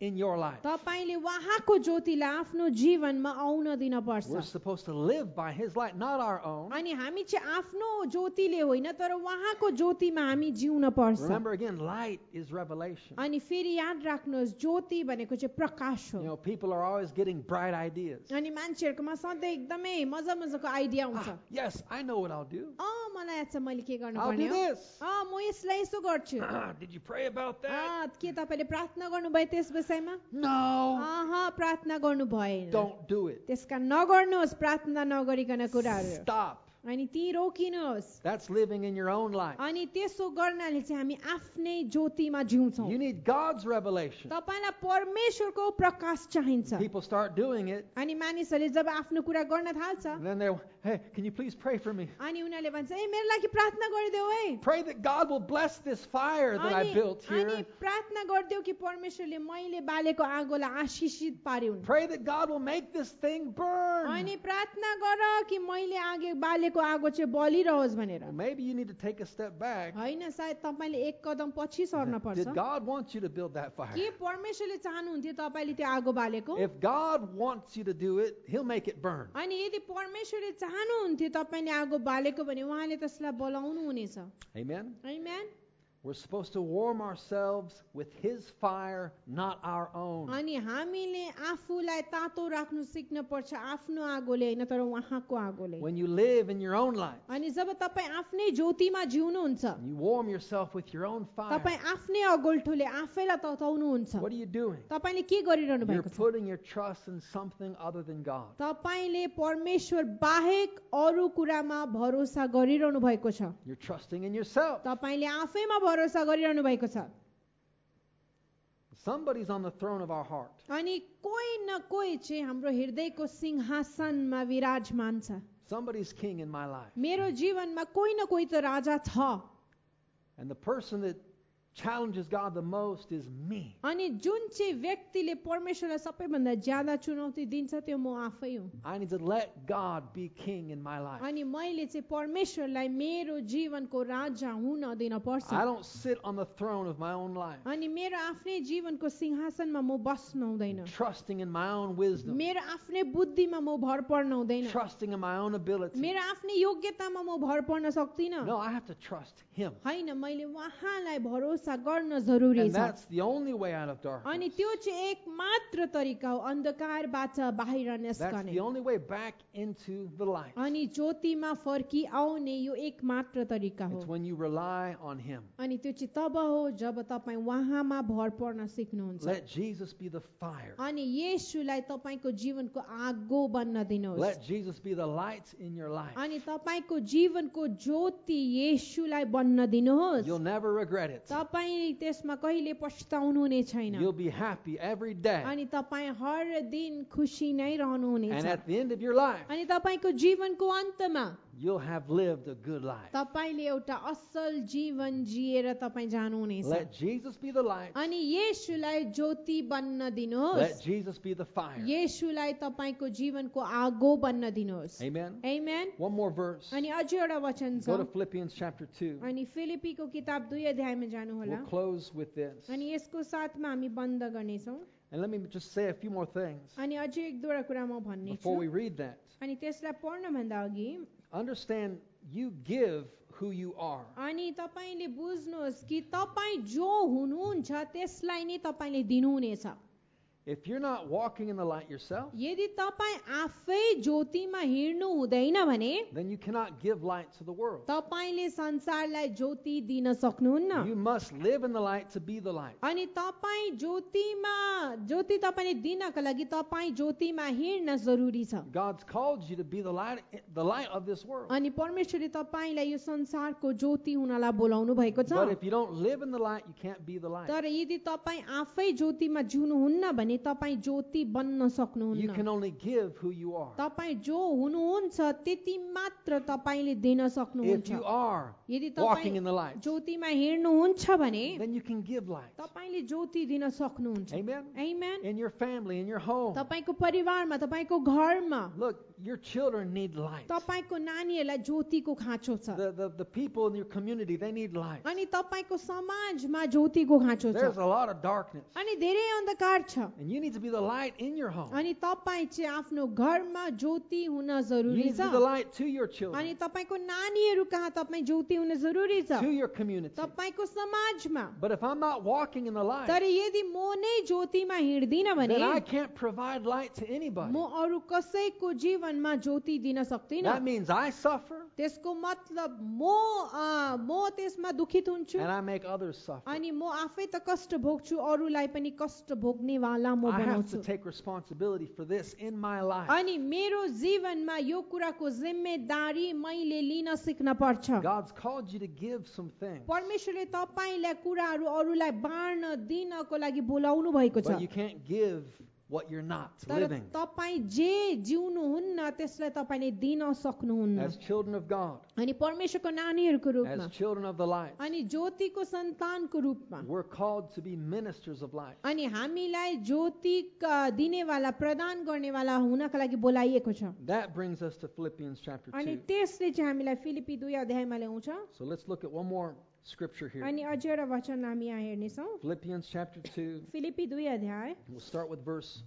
Speaker 1: in your life.
Speaker 2: तपाईँले उहाँको ज्योतिलाई आफ्नो जीवनमा आउन दिन पर्छ
Speaker 1: We're supposed to live by His light, not our own.
Speaker 2: अनि हामी चाहिँ आफ्नो ज्योतिले होइन तर उहाँको ज्योतिमा हामी जिउन पर्छ
Speaker 1: Remember again, light is revelation.
Speaker 2: अनि फेरि याद राख्नुहोस् ज्योति भनेको चाहिँ प्रकाश
Speaker 1: You
Speaker 2: हो
Speaker 1: know, people are always getting bright ideas.
Speaker 2: अनि मान्छेहरूकोमा सधैँ एकदमै मजा मजाको आइडिया हुन्छ
Speaker 1: Ah, yes, I know what I'll do.
Speaker 2: अँ मलाई याद छ मैले के गर्नु
Speaker 1: I'll
Speaker 2: पर्ने
Speaker 1: do
Speaker 2: हो
Speaker 1: this. Ah,
Speaker 2: अँ म यसलाई यसो गर्छु
Speaker 1: Did you pray about that?
Speaker 2: अँ, के तपाईँले प्रार्थना गर्नुभयो त्यस विषयमा
Speaker 1: No.
Speaker 2: अह प्रार्थना गर्नु भएन
Speaker 1: Don't do it.
Speaker 2: त्यस कारण नगर्नुहोस् प्रार्थना नगरिकन कुराहरू
Speaker 1: Stop.
Speaker 2: अनि ती रोकिनुहोस्
Speaker 1: That's living in your own life.
Speaker 2: अनि त्यसो गर्नाले चाहिँ हामी आफ्नै ज्योतिमा जिउँछौँ
Speaker 1: You need God's revelation.
Speaker 2: तपाईँलाई परमेश्वरको प्रकाश चाहिन्छ
Speaker 1: People start doing it,
Speaker 2: अनि मानिसहरूले जब आफ्नो कुरा गर्न थाल्छ
Speaker 1: and then they're, hey, can you please pray for me?
Speaker 2: अनि उनीहरूले भन्छ ए मेरो लागि प्रार्थना गरिदेऊ है
Speaker 1: Pray that God will bless this fire that I
Speaker 2: अनि
Speaker 1: built
Speaker 2: अनि
Speaker 1: here.
Speaker 2: प्रार्थना गरिदेऊ कि परमेश्वरले मैले बालेको आगोलाई आशिषित पार्युन्
Speaker 1: Pray that God will make this thing burn.
Speaker 2: अनि प्रार्थना गर कि मैले आगे बालेको आगो चाहिँ बलिरहोस् भनेर
Speaker 1: Well, maybe you need to take a step back.
Speaker 2: होइन सायद तपाईँले एक कदम पछि सर्न पर्छ
Speaker 1: Did God want you to build that
Speaker 2: के
Speaker 1: fire?
Speaker 2: परमेश्वरले चाहनुहुन्थ्यो तपाईँले त्यो आगो बालेको
Speaker 1: If God wants you to do it, He'll make it burn.
Speaker 2: अनि यदि परमेश्वरले चाहनुहुन्थ्यो तपाईँले आगो बालेको भने उहाँले त्यसलाई बोलाउनु हुनेछ
Speaker 1: Amen?
Speaker 2: Amen?
Speaker 1: We're supposed to warm ourselves with His fire, not our own.
Speaker 2: अनि हामीले आफूलाई तातो राख्नु सिक्न पर्छ आफ्नो आगोले होइन तर उहाँको आगोले
Speaker 1: When you live in your own light,
Speaker 2: अनि जब तपाईँ आफ्नै ज्योतिमा जिउनुहुन्छ
Speaker 1: you warm yourself with your own fire.
Speaker 2: तपाईँ आफ्नै अगोल्ठोले आफैलाई तताउनुहुन्छ
Speaker 1: What are you doing?
Speaker 2: तपाईँले के गरिरहनु
Speaker 1: You're
Speaker 2: भएको छ
Speaker 1: putting your trust in something other than God.
Speaker 2: तपाईँले परमेश्वर बाहेक अरू कुरामा भरोसा गरिरहनु भएको छ
Speaker 1: You're trusting in yourself.
Speaker 2: तपाईँले आफैमा भरोसा गरिरहनु भएको छ
Speaker 1: Somebody's on the throne of our heart.
Speaker 2: अनि कोही न कोही चाहिँ हाम्रो हृदयको सिंहासनमा विराजमान छ
Speaker 1: Somebody's king in my life.
Speaker 2: मेरो जीवनमा कोही न कोही त राजा छ
Speaker 1: And the person that challenges God the most is me.
Speaker 2: अनि जुन चाहिँ व्यक्तिले परमेश्वरलाई सबैभन्दा ज्यादा चुनौती दिन्छ त्यो म आफै हुँ
Speaker 1: I need to let God be king in my life.
Speaker 2: अनि मैले चाहिँ परमेश्वरलाई मेरो जीवनको राजा हुन दिन पर्छ
Speaker 1: I don't sit on the throne of my own life,
Speaker 2: अनि मेरो आफ्नै जीवनको सिंहासनमा म बस्नु हुँदैन
Speaker 1: trusting in my own wisdom,
Speaker 2: मेरो आफ्नै बुद्धिमा म भर पर्न हुँदैन
Speaker 1: trusting in my own ability.
Speaker 2: मेरो आफ्नै योग्यतामा म भर पर्न सक्दिनँ
Speaker 1: No, I have to trust Him.
Speaker 2: होइन मैले उहाँलाई भरोसा गर्न जरुरी
Speaker 1: And
Speaker 2: छ
Speaker 1: that's the only way out of
Speaker 2: अनि
Speaker 1: darkness.
Speaker 2: त्यो चाहिँ एक मात्र तरिका हो अन्धकारबाट बाहिर
Speaker 1: That's
Speaker 2: निस्कने
Speaker 1: the only way back into the light.
Speaker 2: अनि ज्योतिमा फर्की आउने यो एक मात्र तरिका हो
Speaker 1: It's when you rely on Him.
Speaker 2: अनि त्यो चाहिँ तब हो जब तपाईँ उहाँमा भर पर्न सिक्नुहुन्छ
Speaker 1: Let Jesus be the fire.
Speaker 2: अनि येशूलाई तपाईँको जीवनको आगो बन्न दिनुहोस्
Speaker 1: Let Jesus be the light in your life.
Speaker 2: अनि तपाईँको जीवनको ज्योति येशूलाई बन्न दिनुहोस्
Speaker 1: You'll never regret it.
Speaker 2: तपाईँ त्यसमा कहिले पछताउनु हुने छैन
Speaker 1: You'll be happy every day.
Speaker 2: अनि तपाईँ हर दिन खुसी नै रहनुहुनेछ
Speaker 1: And at the end of your life,
Speaker 2: अनि तपाईँको जीवनको अन्तमा
Speaker 1: you'll have lived a good life.
Speaker 2: तपाईँले एउटा असल जीवन जिएर तपाईँ जानुहुनेछ
Speaker 1: Let Jesus be the light.
Speaker 2: अनि येशुलाई ज्योति बन्न
Speaker 1: Let
Speaker 2: दिनुहोस्
Speaker 1: Jesus be the fire.
Speaker 2: येशुलाई तपाईँको जीवनको आगो बन्न दिनुहोस्
Speaker 1: Amen.
Speaker 2: Amen.
Speaker 1: One more verse.
Speaker 2: अनि अझै एउटा वचन छ
Speaker 1: Go to Philippians chapter 2.
Speaker 2: अनि फिलिपीको किताब दुई अध्यायमा जानुहोला
Speaker 1: We'll close with this.
Speaker 2: अनि यसको साथमा हामी बन्द गर्नेछौँ
Speaker 1: And let me just say a few more things
Speaker 2: अनि अझै एक दुईवटा कुरा म भन्ने छु
Speaker 1: before we read that.
Speaker 2: अनि त्यसलाई पढ्नभन्दा अघि
Speaker 1: Understand you give who you are.
Speaker 2: अनि तपाईँले बुझ्नुहोस् कि तपाईँ जो हुनुहुन्छ त्यसलाई नै तपाईँले दिनुहुनेछ
Speaker 1: If you're not walking in the light yourself,
Speaker 2: यदि तपाईँ आफै ज्योतिमा हिँड्नु हुँदैन भने
Speaker 1: then you cannot give light to the world.
Speaker 2: तपाईँले संसारलाई ज्योति दिन सक्नुहुन्न
Speaker 1: You must live in the light to be the light.
Speaker 2: अनि तपाईँ ज्योतिमा ज्योति तपाईँले दिनका लागि तपाईँ ज्योतिमा हिँड्न जरुरी छ
Speaker 1: God's called you to be the light the light of this world.
Speaker 2: अनि परमेश्वरले तपाईँलाई यो संसारको ज्योति हुनलाई बोलाउनु भएको छ
Speaker 1: But if you don't live in the light, you can't be the light.
Speaker 2: तर यदि तपाईँ आफै ज्योतिमा जिउनुहुन्न भने तपाईँ ज्योति बन्न
Speaker 1: You
Speaker 2: सक्नुहुन्न
Speaker 1: can only give who you are.
Speaker 2: तपाईँ जो हुनुहुन्छ त्यति मात्र तपाईँले दिन
Speaker 1: If
Speaker 2: सक्नुहुन्छ
Speaker 1: you are
Speaker 2: यदि
Speaker 1: walking
Speaker 2: तपाईँ
Speaker 1: in the light,
Speaker 2: ज्योतिमा हिँड्नुहुन्छ भने
Speaker 1: then you can give light.
Speaker 2: तपाईँले ज्योति दिन सक्नुहुन्छ
Speaker 1: Amen.
Speaker 2: Amen.
Speaker 1: In your family, in your home.
Speaker 2: तपाईँको परिवारमा तपाईँको घरमा
Speaker 1: Look, your children need light.
Speaker 2: तपाईँको नानीहरूलाई ज्योतिको खाँचो छ
Speaker 1: The, the, the people in your community, they need light.
Speaker 2: अनि तपाईँको समाजमा ज्योतिको खाँचो छ
Speaker 1: There's a lot of darkness.
Speaker 2: अनि धेरै अन्धकार छ
Speaker 1: And you need to be the light in your home.
Speaker 2: अनि तपाईँ चाहिँ आफ्नो घरमा ज्योति हुन
Speaker 1: You
Speaker 2: जरुरी
Speaker 1: need to
Speaker 2: छ
Speaker 1: be the light to your
Speaker 2: अनि
Speaker 1: children,
Speaker 2: तपाईँको नानीहरू कहाँ तपाईँ ज्योति हुन जरुरी छ
Speaker 1: to your community.
Speaker 2: तपाईँको समाजमा
Speaker 1: But if I'm not walking in the
Speaker 2: तर
Speaker 1: light,
Speaker 2: यदि म नै ज्योतिमा हिँड्दिनँ भने
Speaker 1: then I can't provide light to anybody.
Speaker 2: म अरू कसैको जीवनमा ज्योति दिन
Speaker 1: That
Speaker 2: सक्दिनँ
Speaker 1: means I suffer
Speaker 2: त्यसको मतलब म अँ, म त्यसमा दुखित हुन्छु
Speaker 1: and I make others suffer.
Speaker 2: अनि म आफै त कष्ट भोग्छु अरूलाई पनि कष्ट भोग्नेवाला म
Speaker 1: I have to
Speaker 2: बनाउँछु
Speaker 1: take responsibility for this in my life.
Speaker 2: अनि मेरो जीवनमा यो कुराको जिम्मेदारी मैले लिन सिक्न पर्छ
Speaker 1: God's called you to give some things,
Speaker 2: परमेश्वरले तपाईँलाई कुराहरू अरूलाई बाँड्न दिनको लागि बोलाउनु भएको
Speaker 1: but you
Speaker 2: छ
Speaker 1: can't give what you're not
Speaker 2: तर
Speaker 1: living.
Speaker 2: तपाईँ जे जिउनुहुन्न त्यसलाई तपाईँले दिन सक्नुहुन्न
Speaker 1: As children of God,
Speaker 2: अनि परमेश्वरको नानीहरूको रूपमा
Speaker 1: as children of the light,
Speaker 2: अनि ज्योतिको सन्तानको रूपमा
Speaker 1: we're called to be ministers of light.
Speaker 2: अनि हामीलाई ज्योति क- दिनेवाला प्रदान गर्नेवाला हुनका लागि बोलाइएको छ
Speaker 1: That brings us to Philippians chapter
Speaker 2: अनि
Speaker 1: 2.
Speaker 2: त्यसले चाहिँ हामीलाई फिलिपी दुई अध्यायमा ल्याउँछ
Speaker 1: So let's look at one more scripture here.
Speaker 2: अनि अझ एउटा वचन हामी यहाँ हेर्नेछौँ
Speaker 1: Philippians chapter 2.
Speaker 2: फिलिपी दुई अध्याय
Speaker 1: We'll start with verse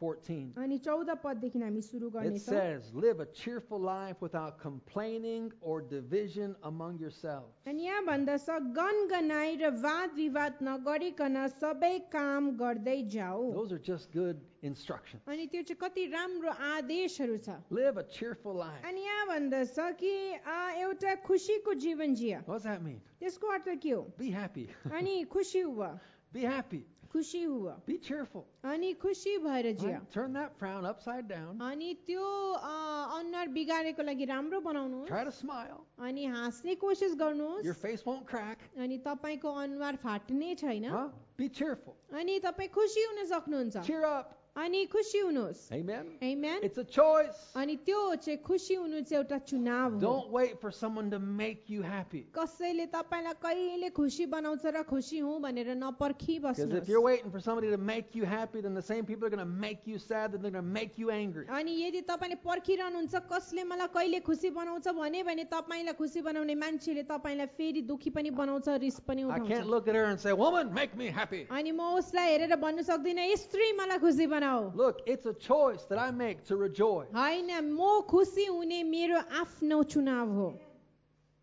Speaker 1: 14.
Speaker 2: अनि चौध पददेखि हामी सुरु
Speaker 1: It
Speaker 2: गर्नेछौँ
Speaker 1: says, Live a cheerful life without complaining or division among yourselves.
Speaker 2: अनि यहाँ भन्दछ गनगनाई र वाद विवाद नगरिकन सबै काम गर्दै जाऊ
Speaker 1: Those are just good instructions.
Speaker 2: अनि त्यो चाहिँ कति राम्रो आदेशहरू छ
Speaker 1: Live a cheerful life.
Speaker 2: अनि यहाँ भन्दछ कि आ, एउटा खुसीको जीवन जिय
Speaker 1: What does that mean?
Speaker 2: त्यसको अर्थ के हो
Speaker 1: Be happy.
Speaker 2: अनि खुसी हुव
Speaker 1: Be happy.
Speaker 2: खुसी हुव
Speaker 1: Be cheerful.
Speaker 2: अनि खुसी भएर जिय
Speaker 1: Right? Turn that frown upside down.
Speaker 2: अनि त्यो अ, अनुहार बिगारेको लागि राम्रो बनाउनु
Speaker 1: Try to smile.
Speaker 2: अनि हाँस्ने कोसिस
Speaker 1: Your
Speaker 2: गर्नुहोस्
Speaker 1: face won't crack.
Speaker 2: अनि तपाईँको अनुहार फाट्ने छैन
Speaker 1: Huh? Be cheerful.
Speaker 2: अनि तपाईँ खुसी हुन सक्नुहुन्छ
Speaker 1: Cheer up.
Speaker 2: अनि खुसी हुनुहोस्
Speaker 1: Amen.
Speaker 2: Amen?
Speaker 1: It's a choice.
Speaker 2: अनि त्यो चाहिँ खुसी हुनु चाहिँ एउटा चुनाव हो
Speaker 1: Don't wait for someone to make you happy.
Speaker 2: कसैले तपाईँलाई कहिले खुसी बनाउँछ र खुसी हुँ भनेर नपर्खी
Speaker 1: Because if you're
Speaker 2: बस्नुहोस्
Speaker 1: waiting for somebody to make you happy, then the same people are going to make you sad, then they're going to make you angry.
Speaker 2: अनि यदि तपाईँले पर्खिरहनुहुन्छ कसले मलाई कहिले खुसी बनाउँछ भने भने तपाईँलाई खुसी बनाउने मान्छेले तपाईँलाई फेरि दुखी पनि बनाउँछ रिस पनि
Speaker 1: I can't
Speaker 2: उठाउँछ
Speaker 1: look at her and say, Woman, make me happy.
Speaker 2: अनि म उसलाई हेरेर भन्नु सक्दिनँ स्त्री मलाई खुसी बनाऊ
Speaker 1: Look, it's a choice that I make to rejoice.
Speaker 2: होइन म खुसी हुने मेरो आफ्नो चुनाव हो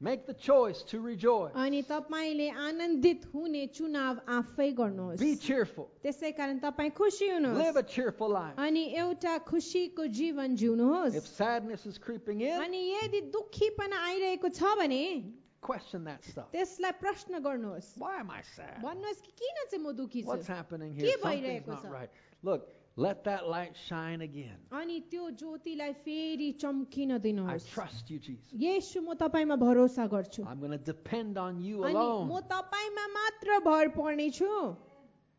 Speaker 1: Make the choice to rejoice.
Speaker 2: अनि तपाईँले आनन्दित हुने चुनाव आफै
Speaker 1: Be
Speaker 2: गर्नुहोस्
Speaker 1: cheerful.
Speaker 2: त्यसै कारण तपाईँ खुसी
Speaker 1: Live a
Speaker 2: हुनुहोस्
Speaker 1: cheerful life.
Speaker 2: अनि एउटा खुसीको जीवन जिउनुहोस्
Speaker 1: If sadness is creeping in,
Speaker 2: अनि यदि दुखीपना आइरहेको छ भने
Speaker 1: question that stuff.
Speaker 2: त्यसलाई प्रश्न गर्नुहोस्
Speaker 1: Why am I sad?
Speaker 2: भन्नुहोस् कि किन चाहिँ म दुखी छु
Speaker 1: What's happening here?
Speaker 2: के
Speaker 1: Something's
Speaker 2: भइरहेको
Speaker 1: not
Speaker 2: छ?
Speaker 1: right. Look, let that light shine again.
Speaker 2: अनि त्यो ज्योतिलाई फेरि चम्किन
Speaker 1: I
Speaker 2: दिनुहोस्
Speaker 1: trust you, Jesus.
Speaker 2: यसु म तपाईँमा भरोसा गर्छु
Speaker 1: I'm going to depend on you
Speaker 2: अनि म
Speaker 1: alone.
Speaker 2: तपाईँमा मात्र भर पर्नेछु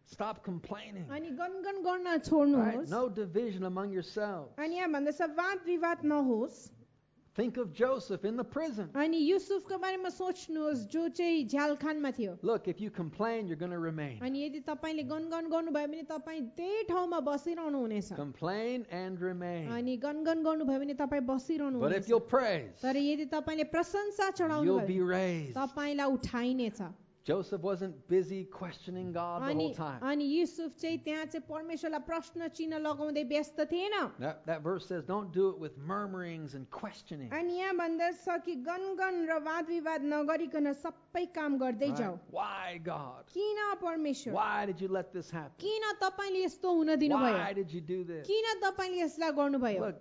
Speaker 1: Stop complaining.
Speaker 2: अनि गनगन गर्न
Speaker 1: Right?
Speaker 2: छोड्नुहोस्
Speaker 1: No division among yourselves.
Speaker 2: अनि यहाँ भन्दैछ वाद विवाद नहोस्
Speaker 1: Think of Joseph in the prison.
Speaker 2: अनि युसुफको बारेमा सोच्नुहोस् जो चाहिँ झ्यालखानमा थियो
Speaker 1: Look, if you complain, you're going to remain.
Speaker 2: अनि यदि तपाईँले गनगन गर्नुभयो भने तपाईँ त्यही ठाउँमा बसिरहनु हुनेछ
Speaker 1: Complain and remain.
Speaker 2: अनि गनगन गर्नुभयो भने तपाईँ बसिरहनु
Speaker 1: But if
Speaker 2: हुनेछ।
Speaker 1: you'll praise,
Speaker 2: तर यदि तपाईँले प्रशंसा चढाउनु
Speaker 1: you'll be
Speaker 2: भयो
Speaker 1: raised.
Speaker 2: तपाईँलाई उठाइनेछ
Speaker 1: Joseph wasn't busy questioning God the
Speaker 2: अनि
Speaker 1: whole time.
Speaker 2: अनि युसुफ चाहिँ त्यहाँ चाहिँ परमेश्वरलाई प्रश्न चिन्ह लगाउँदै व्यस्त थिएन
Speaker 1: That, that verse says, don't do it with murmurings and questioning.
Speaker 2: अनि यहाँ भन्दछ कि गनगन र वाद विवाद नगरिकन सबै काम गर्दै
Speaker 1: Right?
Speaker 2: जाऊ
Speaker 1: Why, God?
Speaker 2: किन परमेश्वर
Speaker 1: Why did you let this happen?
Speaker 2: किन तपाईँले यस्तो हुन
Speaker 1: Why
Speaker 2: दिनुभयो
Speaker 1: did you do this?
Speaker 2: किन तपाईँले यसलाई गर्नुभयो
Speaker 1: Look,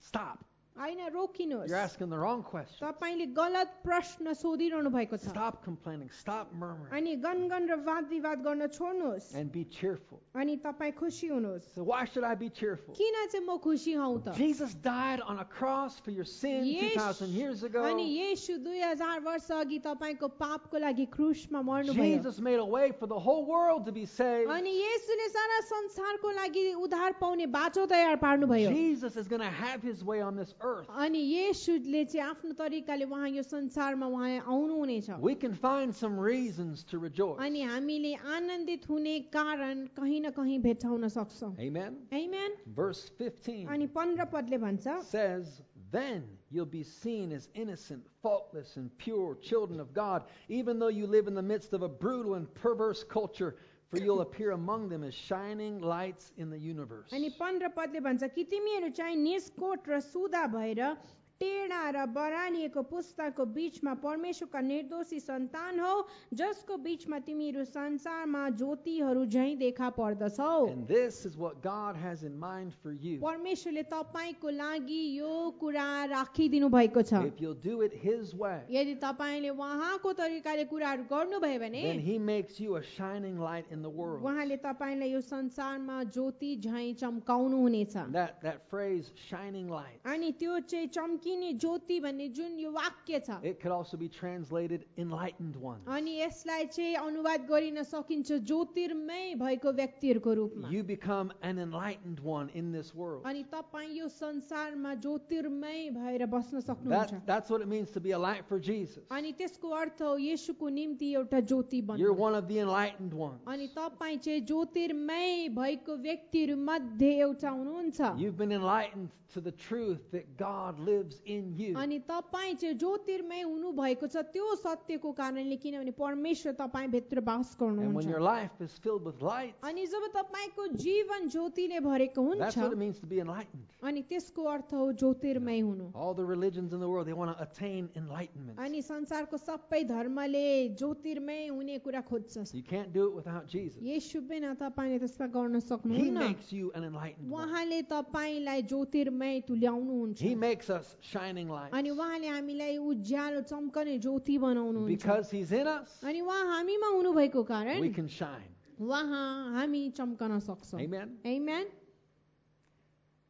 Speaker 1: stop.
Speaker 2: होइन रोकिनुहोस्
Speaker 1: You're asking the wrong question.
Speaker 2: तपाईँले गलत प्रश्न सोधिरहनु भएको छ
Speaker 1: Stop complaining. Stop murmuring.
Speaker 2: अनि गनगन र वाद विवाद गर्न छोड्नुहोस्
Speaker 1: And be cheerful.
Speaker 2: अनि तपाईँ खुसी हुनुहोस्
Speaker 1: So, why should I be cheerful?
Speaker 2: किन चाहिँ म खुसी हौ त
Speaker 1: Jesus died on a cross for your sin
Speaker 2: Yes.
Speaker 1: 2,000 years ago.
Speaker 2: अनि यशु दुई हजार वर्ष अघि तपाईँको पापको लागि क्रुसमा मर्नुभयो
Speaker 1: Jesus made a way for the whole world to be saved.
Speaker 2: अनि यसुले सारा संसारको लागि उद्धार पाउने बाटो तयार पार्नुभयो
Speaker 1: Jesus is going to have his way on this earth.
Speaker 2: अनि यसुले चाहिँ आफ्नो तरिकाले उहाँ यो संसारमा उहाँ आउनुहुनेछ
Speaker 1: We can find some reasons to rejoice.
Speaker 2: अनि हामीले आनन्दित हुने कारण कहीँ न कहीँ भेटाउन सक्छौँ
Speaker 1: Amen.
Speaker 2: Amen?
Speaker 1: Verse
Speaker 2: अनि
Speaker 1: 15
Speaker 2: पन्ध्र पदले भन्छ
Speaker 1: says, Then you'll be seen as innocent, faultless, and pure children of God, even though you live in the midst of a brutal and perverse culture, for you'll appear among them as shining lights in the universe.
Speaker 2: अनि पन्ध्र पदले भन्छ कि तिमीहरू चाहिँ निष्कोट र सुधा भएर टेढा र बरालिएको पुस्ताको बीचमा परमेश्वरका निर्दोषी सन्तान हौ जसको बीचमा तिमीहरू संसारमा ज्योतिहरू झैँ देखा पर्दछौ
Speaker 1: And this is what God has in mind for you.
Speaker 2: परमेश्वरले तपाईँको लागि यो कुरा राखिदिनु भएको छ
Speaker 1: If you'll do it His way,
Speaker 2: यदि तपाईँले उहाँको तरिकाले कुराहरू गर्नुभयो भने
Speaker 1: then He makes you a shining light in the world.
Speaker 2: उहाँले तपाईँलाई यो संसारमा ज्योति झैँ चम्काउनु हुनेछ
Speaker 1: That, that phrase, shining light,
Speaker 2: अनि त्यो चाहिँ चम्किने ज्योति भन्ने जुन यो वाक्य छ
Speaker 1: it could also be translated enlightened one.
Speaker 2: अनि यसलाई चाहिँ अनुवाद गरिन सकिन्छ ज्योतिर्मय भएको व्यक्तिहरूको रूपमा
Speaker 1: You become an enlightened one in this world.
Speaker 2: अनि तपाईँ यो संसारमा ज्योतिर्मय भएर बस्न सक्नुहुन्छ
Speaker 1: That, that's what it means to be a light for Jesus.
Speaker 2: अनि त्यसको अर्थ हो येशूको निम्ति एउटा ज्योति
Speaker 1: You're
Speaker 2: बन्नु
Speaker 1: one of the enlightened ones.
Speaker 2: अनि तपाईँ चाहिँ ज्योतिर्मय भएको व्यक्तिहरू मध्ये एउटा हुनुहुन्छ
Speaker 1: You've been enlightened to the truth that God lives in you.
Speaker 2: अनि तपाईँ चाहिँ ज्योतिर्मय हुनुभएको छ त्यो सत्यको कारणले किनभने परमेश्वर तपाईँभित्र बास
Speaker 1: And when
Speaker 2: गर्नुहुन्छ
Speaker 1: your life is filled with light,
Speaker 2: अनि जब तपाईँको जीवन ज्योतिले भरेको
Speaker 1: that's
Speaker 2: हुन्छ
Speaker 1: what it means to be enlightened.
Speaker 2: अनि त्यसको अर्थ हो ज्योतिर्मय हुनु
Speaker 1: All the religions in the world, they want to attain enlightenment.
Speaker 2: अनि संसारको सबै धर्मले ज्योतिर्मय हुने कुरा खोज्छ
Speaker 1: You can't do it without Jesus.
Speaker 2: यसो बिना तपाईँले त्यसमा गर्न
Speaker 1: He
Speaker 2: सक्नुहुन्न
Speaker 1: makes you an enlightened one.
Speaker 2: उहाँले तपाईँलाई ज्योतिर्मय तुल्याउनुहुन्छ
Speaker 1: He makes us shining lights.
Speaker 2: अनि उहाँले हामीलाई उज्यालो चम्कने ज्योति बनाउनुहुन्छ
Speaker 1: Because He's in us,
Speaker 2: अनि उहाँ हामीमा हुनुभएको कारण
Speaker 1: we can shine.
Speaker 2: उहाँ हामी चम्कन सक्छौँ
Speaker 1: Amen.
Speaker 2: Amen?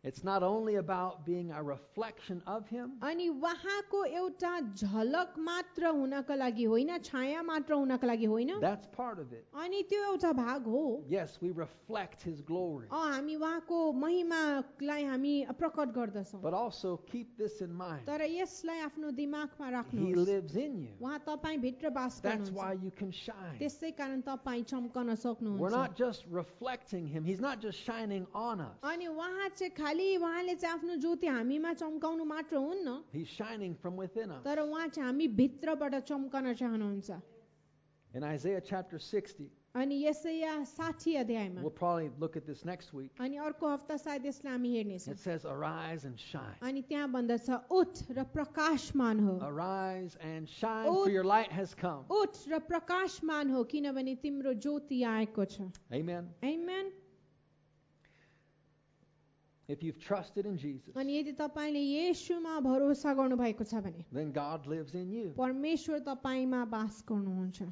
Speaker 1: It's not only about being a reflection of Him,
Speaker 2: अनि उहाँको एउटा झलक मात्र हुनका लागि होइन छाया मात्र हुनका लागि होइन
Speaker 1: that's part of it.
Speaker 2: अनि त्यो एउटा भाग हो
Speaker 1: Yes, we reflect His glory.
Speaker 2: अँ, हामी उहाँको महिमालाई हामी प्रकट गर्दछौँ
Speaker 1: But also keep this in mind
Speaker 2: तर यसलाई आफ्नो दिमागमा
Speaker 1: He
Speaker 2: राख्नुहोस्
Speaker 1: lives in you.
Speaker 2: उहाँ तपाईँभित्र बास
Speaker 1: That's
Speaker 2: गर्नुहुन्छ
Speaker 1: why you can shine.
Speaker 2: त्यसै कारण तपाईँ चम्कन
Speaker 1: We're
Speaker 2: सक्नुहुन्छ
Speaker 1: not just reflecting Him, He's not just shining on us,
Speaker 2: अनि उहाँ चाहिँ खालि उहाँले चाहिँ आफ्नो ज्योति हामीमा चम्काउनु मात्र हुन्न
Speaker 1: He's shining from within us.
Speaker 2: तर उहाँ चाहिँ हामी भित्रबाट चम्कन चाहनुहुन्छ
Speaker 1: In Isaiah chapter 60,
Speaker 2: अनि यसै साठी अध्यायमा
Speaker 1: we'll probably look at this next week.
Speaker 2: अनि अर्को हप्ता सायद यसलाई हामी हेर्नेछौँ
Speaker 1: It says, Arise and shine.
Speaker 2: अनि त्यहाँ भन्दछ उठ र प्रकाशमान हो
Speaker 1: Arise and shine,
Speaker 2: Oh.
Speaker 1: for your light has come.
Speaker 2: उठ र प्रकाशमान हो किनभने तिम्रो ज्योति आएको छ
Speaker 1: Amen.
Speaker 2: Amen?
Speaker 1: If you've trusted in Jesus,
Speaker 2: अनि यदि तपाईँले येशूमा भरोसा गर्नुभएको छ भने
Speaker 1: then God lives in you.
Speaker 2: परमेश्वर तपाईँमा बास गर्नुहुन्छ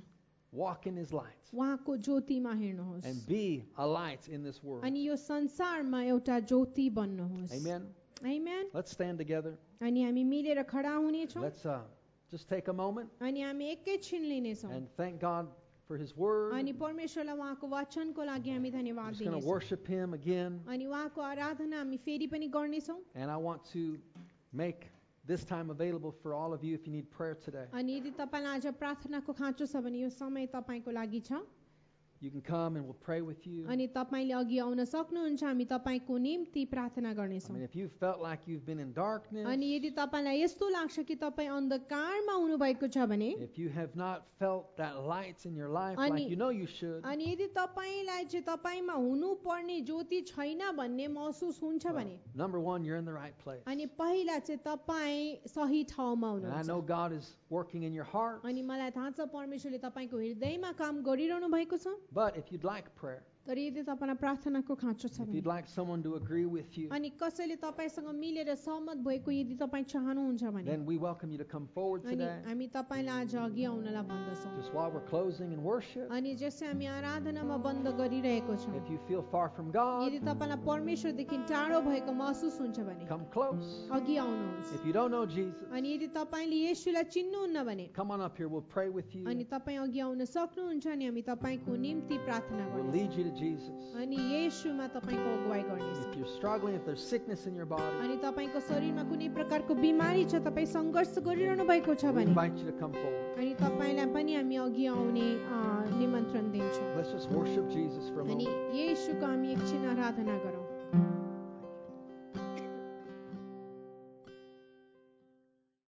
Speaker 1: Walk in His light
Speaker 2: उहाँको ज्योतिमा हेर्नुहोस्
Speaker 1: and be a light in this world.
Speaker 2: अनि यो संसारमा एउटा ज्योति बन्नुहोस्
Speaker 1: Amen.
Speaker 2: Amen?
Speaker 1: Let's stand together.
Speaker 2: अनि हामी मिलेर खडा हुनेछौँ
Speaker 1: Let's uh, just take a moment
Speaker 2: अनि हामी एकैछिन लिनेछौँ
Speaker 1: and thank God for His Word.
Speaker 2: अनि परमेश्वरलाई उहाँको वचनको लागि हामी
Speaker 1: I'm
Speaker 2: धन्यवाद
Speaker 1: just going to
Speaker 2: दिनेछौँ
Speaker 1: worship Him again,
Speaker 2: अनि उहाँको आराधना हामी फेरि पनि गर्नेछौँ
Speaker 1: and I want to make this time available for all of you if you need prayer today.
Speaker 2: अनि यदि तपाईँलाई आज प्रार्थनाको खाँचो छ भने यो समय तपाईँको लागि छ
Speaker 1: You can come and we'll pray with you.
Speaker 2: अनि तपाईँले अघि आउन सक्नुहुन्छ हामी तपाईँको निम्ति प्रार्थना
Speaker 1: I mean,
Speaker 2: गर्नेछौँ
Speaker 1: if you felt like you've been in darkness,
Speaker 2: अनि यदि तपाईँलाई यस्तो लाग्छ कि तपाईँ अन्धकारमा हुनुभएको छ भने
Speaker 1: if you have not felt that light in your life
Speaker 2: Ani-
Speaker 1: like you know you should,
Speaker 2: अनि यदि तपाईँलाई चाहिँ तपाईँमा हुनुपर्ने ज्योति छैन भन्ने महसुस हुन्छ
Speaker 1: well,
Speaker 2: भने
Speaker 1: number one, you're in the right place.
Speaker 2: अनि पहिला चाहिँ तपाईँ सही ठाउँमा
Speaker 1: And I know
Speaker 2: हुनुहुन्छ
Speaker 1: God is working in your heart,
Speaker 2: अनि मलाई थाहा छ परमेश्वरले तपाईँको हृदयमा काम गरिरहनु भएको छ
Speaker 1: but if you'd like prayer,
Speaker 2: तर यदि तपाईँलाई प्रार्थनाको खाँचो छ
Speaker 1: if you'd
Speaker 2: भने
Speaker 1: like someone to agree with you,
Speaker 2: अनि कसैले तपाईँसँग मिलेर सहमत भएको यदि तपाईँ चाहनुहुन्छ भने
Speaker 1: then we welcome you to come forward
Speaker 2: अनि
Speaker 1: today.
Speaker 2: हामी तपाईँलाई आज अघि आउनलाई भन्दछौँ
Speaker 1: Just while we're closing in worship,
Speaker 2: अनि जसै हामी आराधनामा बन्द गरिरहेको छौँ
Speaker 1: if you feel far from God,
Speaker 2: यदि तपाईँलाई परमेश्वरदेखि टाढो भएको महसुस हुन्छ भने
Speaker 1: come close.
Speaker 2: अघि आउनुहोस्
Speaker 1: If you don't know Jesus,
Speaker 2: अनि यदि तपाईँले येशूलाई चिन्नुहुन्न भने
Speaker 1: come on up here. We'll pray with
Speaker 2: अनि
Speaker 1: you.
Speaker 2: तपाईँ अघि आउन सक्नुहुन्छ अनि हामी तपाईँको निम्ति प्रार्थना
Speaker 1: We'll
Speaker 2: गर्छौँ
Speaker 1: lead you to Jesus.
Speaker 2: अनि येशूमा तपाईँको अगुवाई गर्नेछौँ
Speaker 1: If you're struggling, if there's sickness in your body,
Speaker 2: अनि तपाईँको शरीरमा कुनै प्रकारको बिमारी छ तपाईँ सङ्घर्ष गरिरहनु भएको छ
Speaker 1: we
Speaker 2: भने
Speaker 1: invite you to come forward.
Speaker 2: अनि तपाईँलाई पनि हामी अघि आउने अ, निमन्त्रण दिन्छौँ
Speaker 1: Let's just worship Jesus for a
Speaker 2: अनि
Speaker 1: moment.
Speaker 2: येशूको हामी एकछिन आराधना गरौँ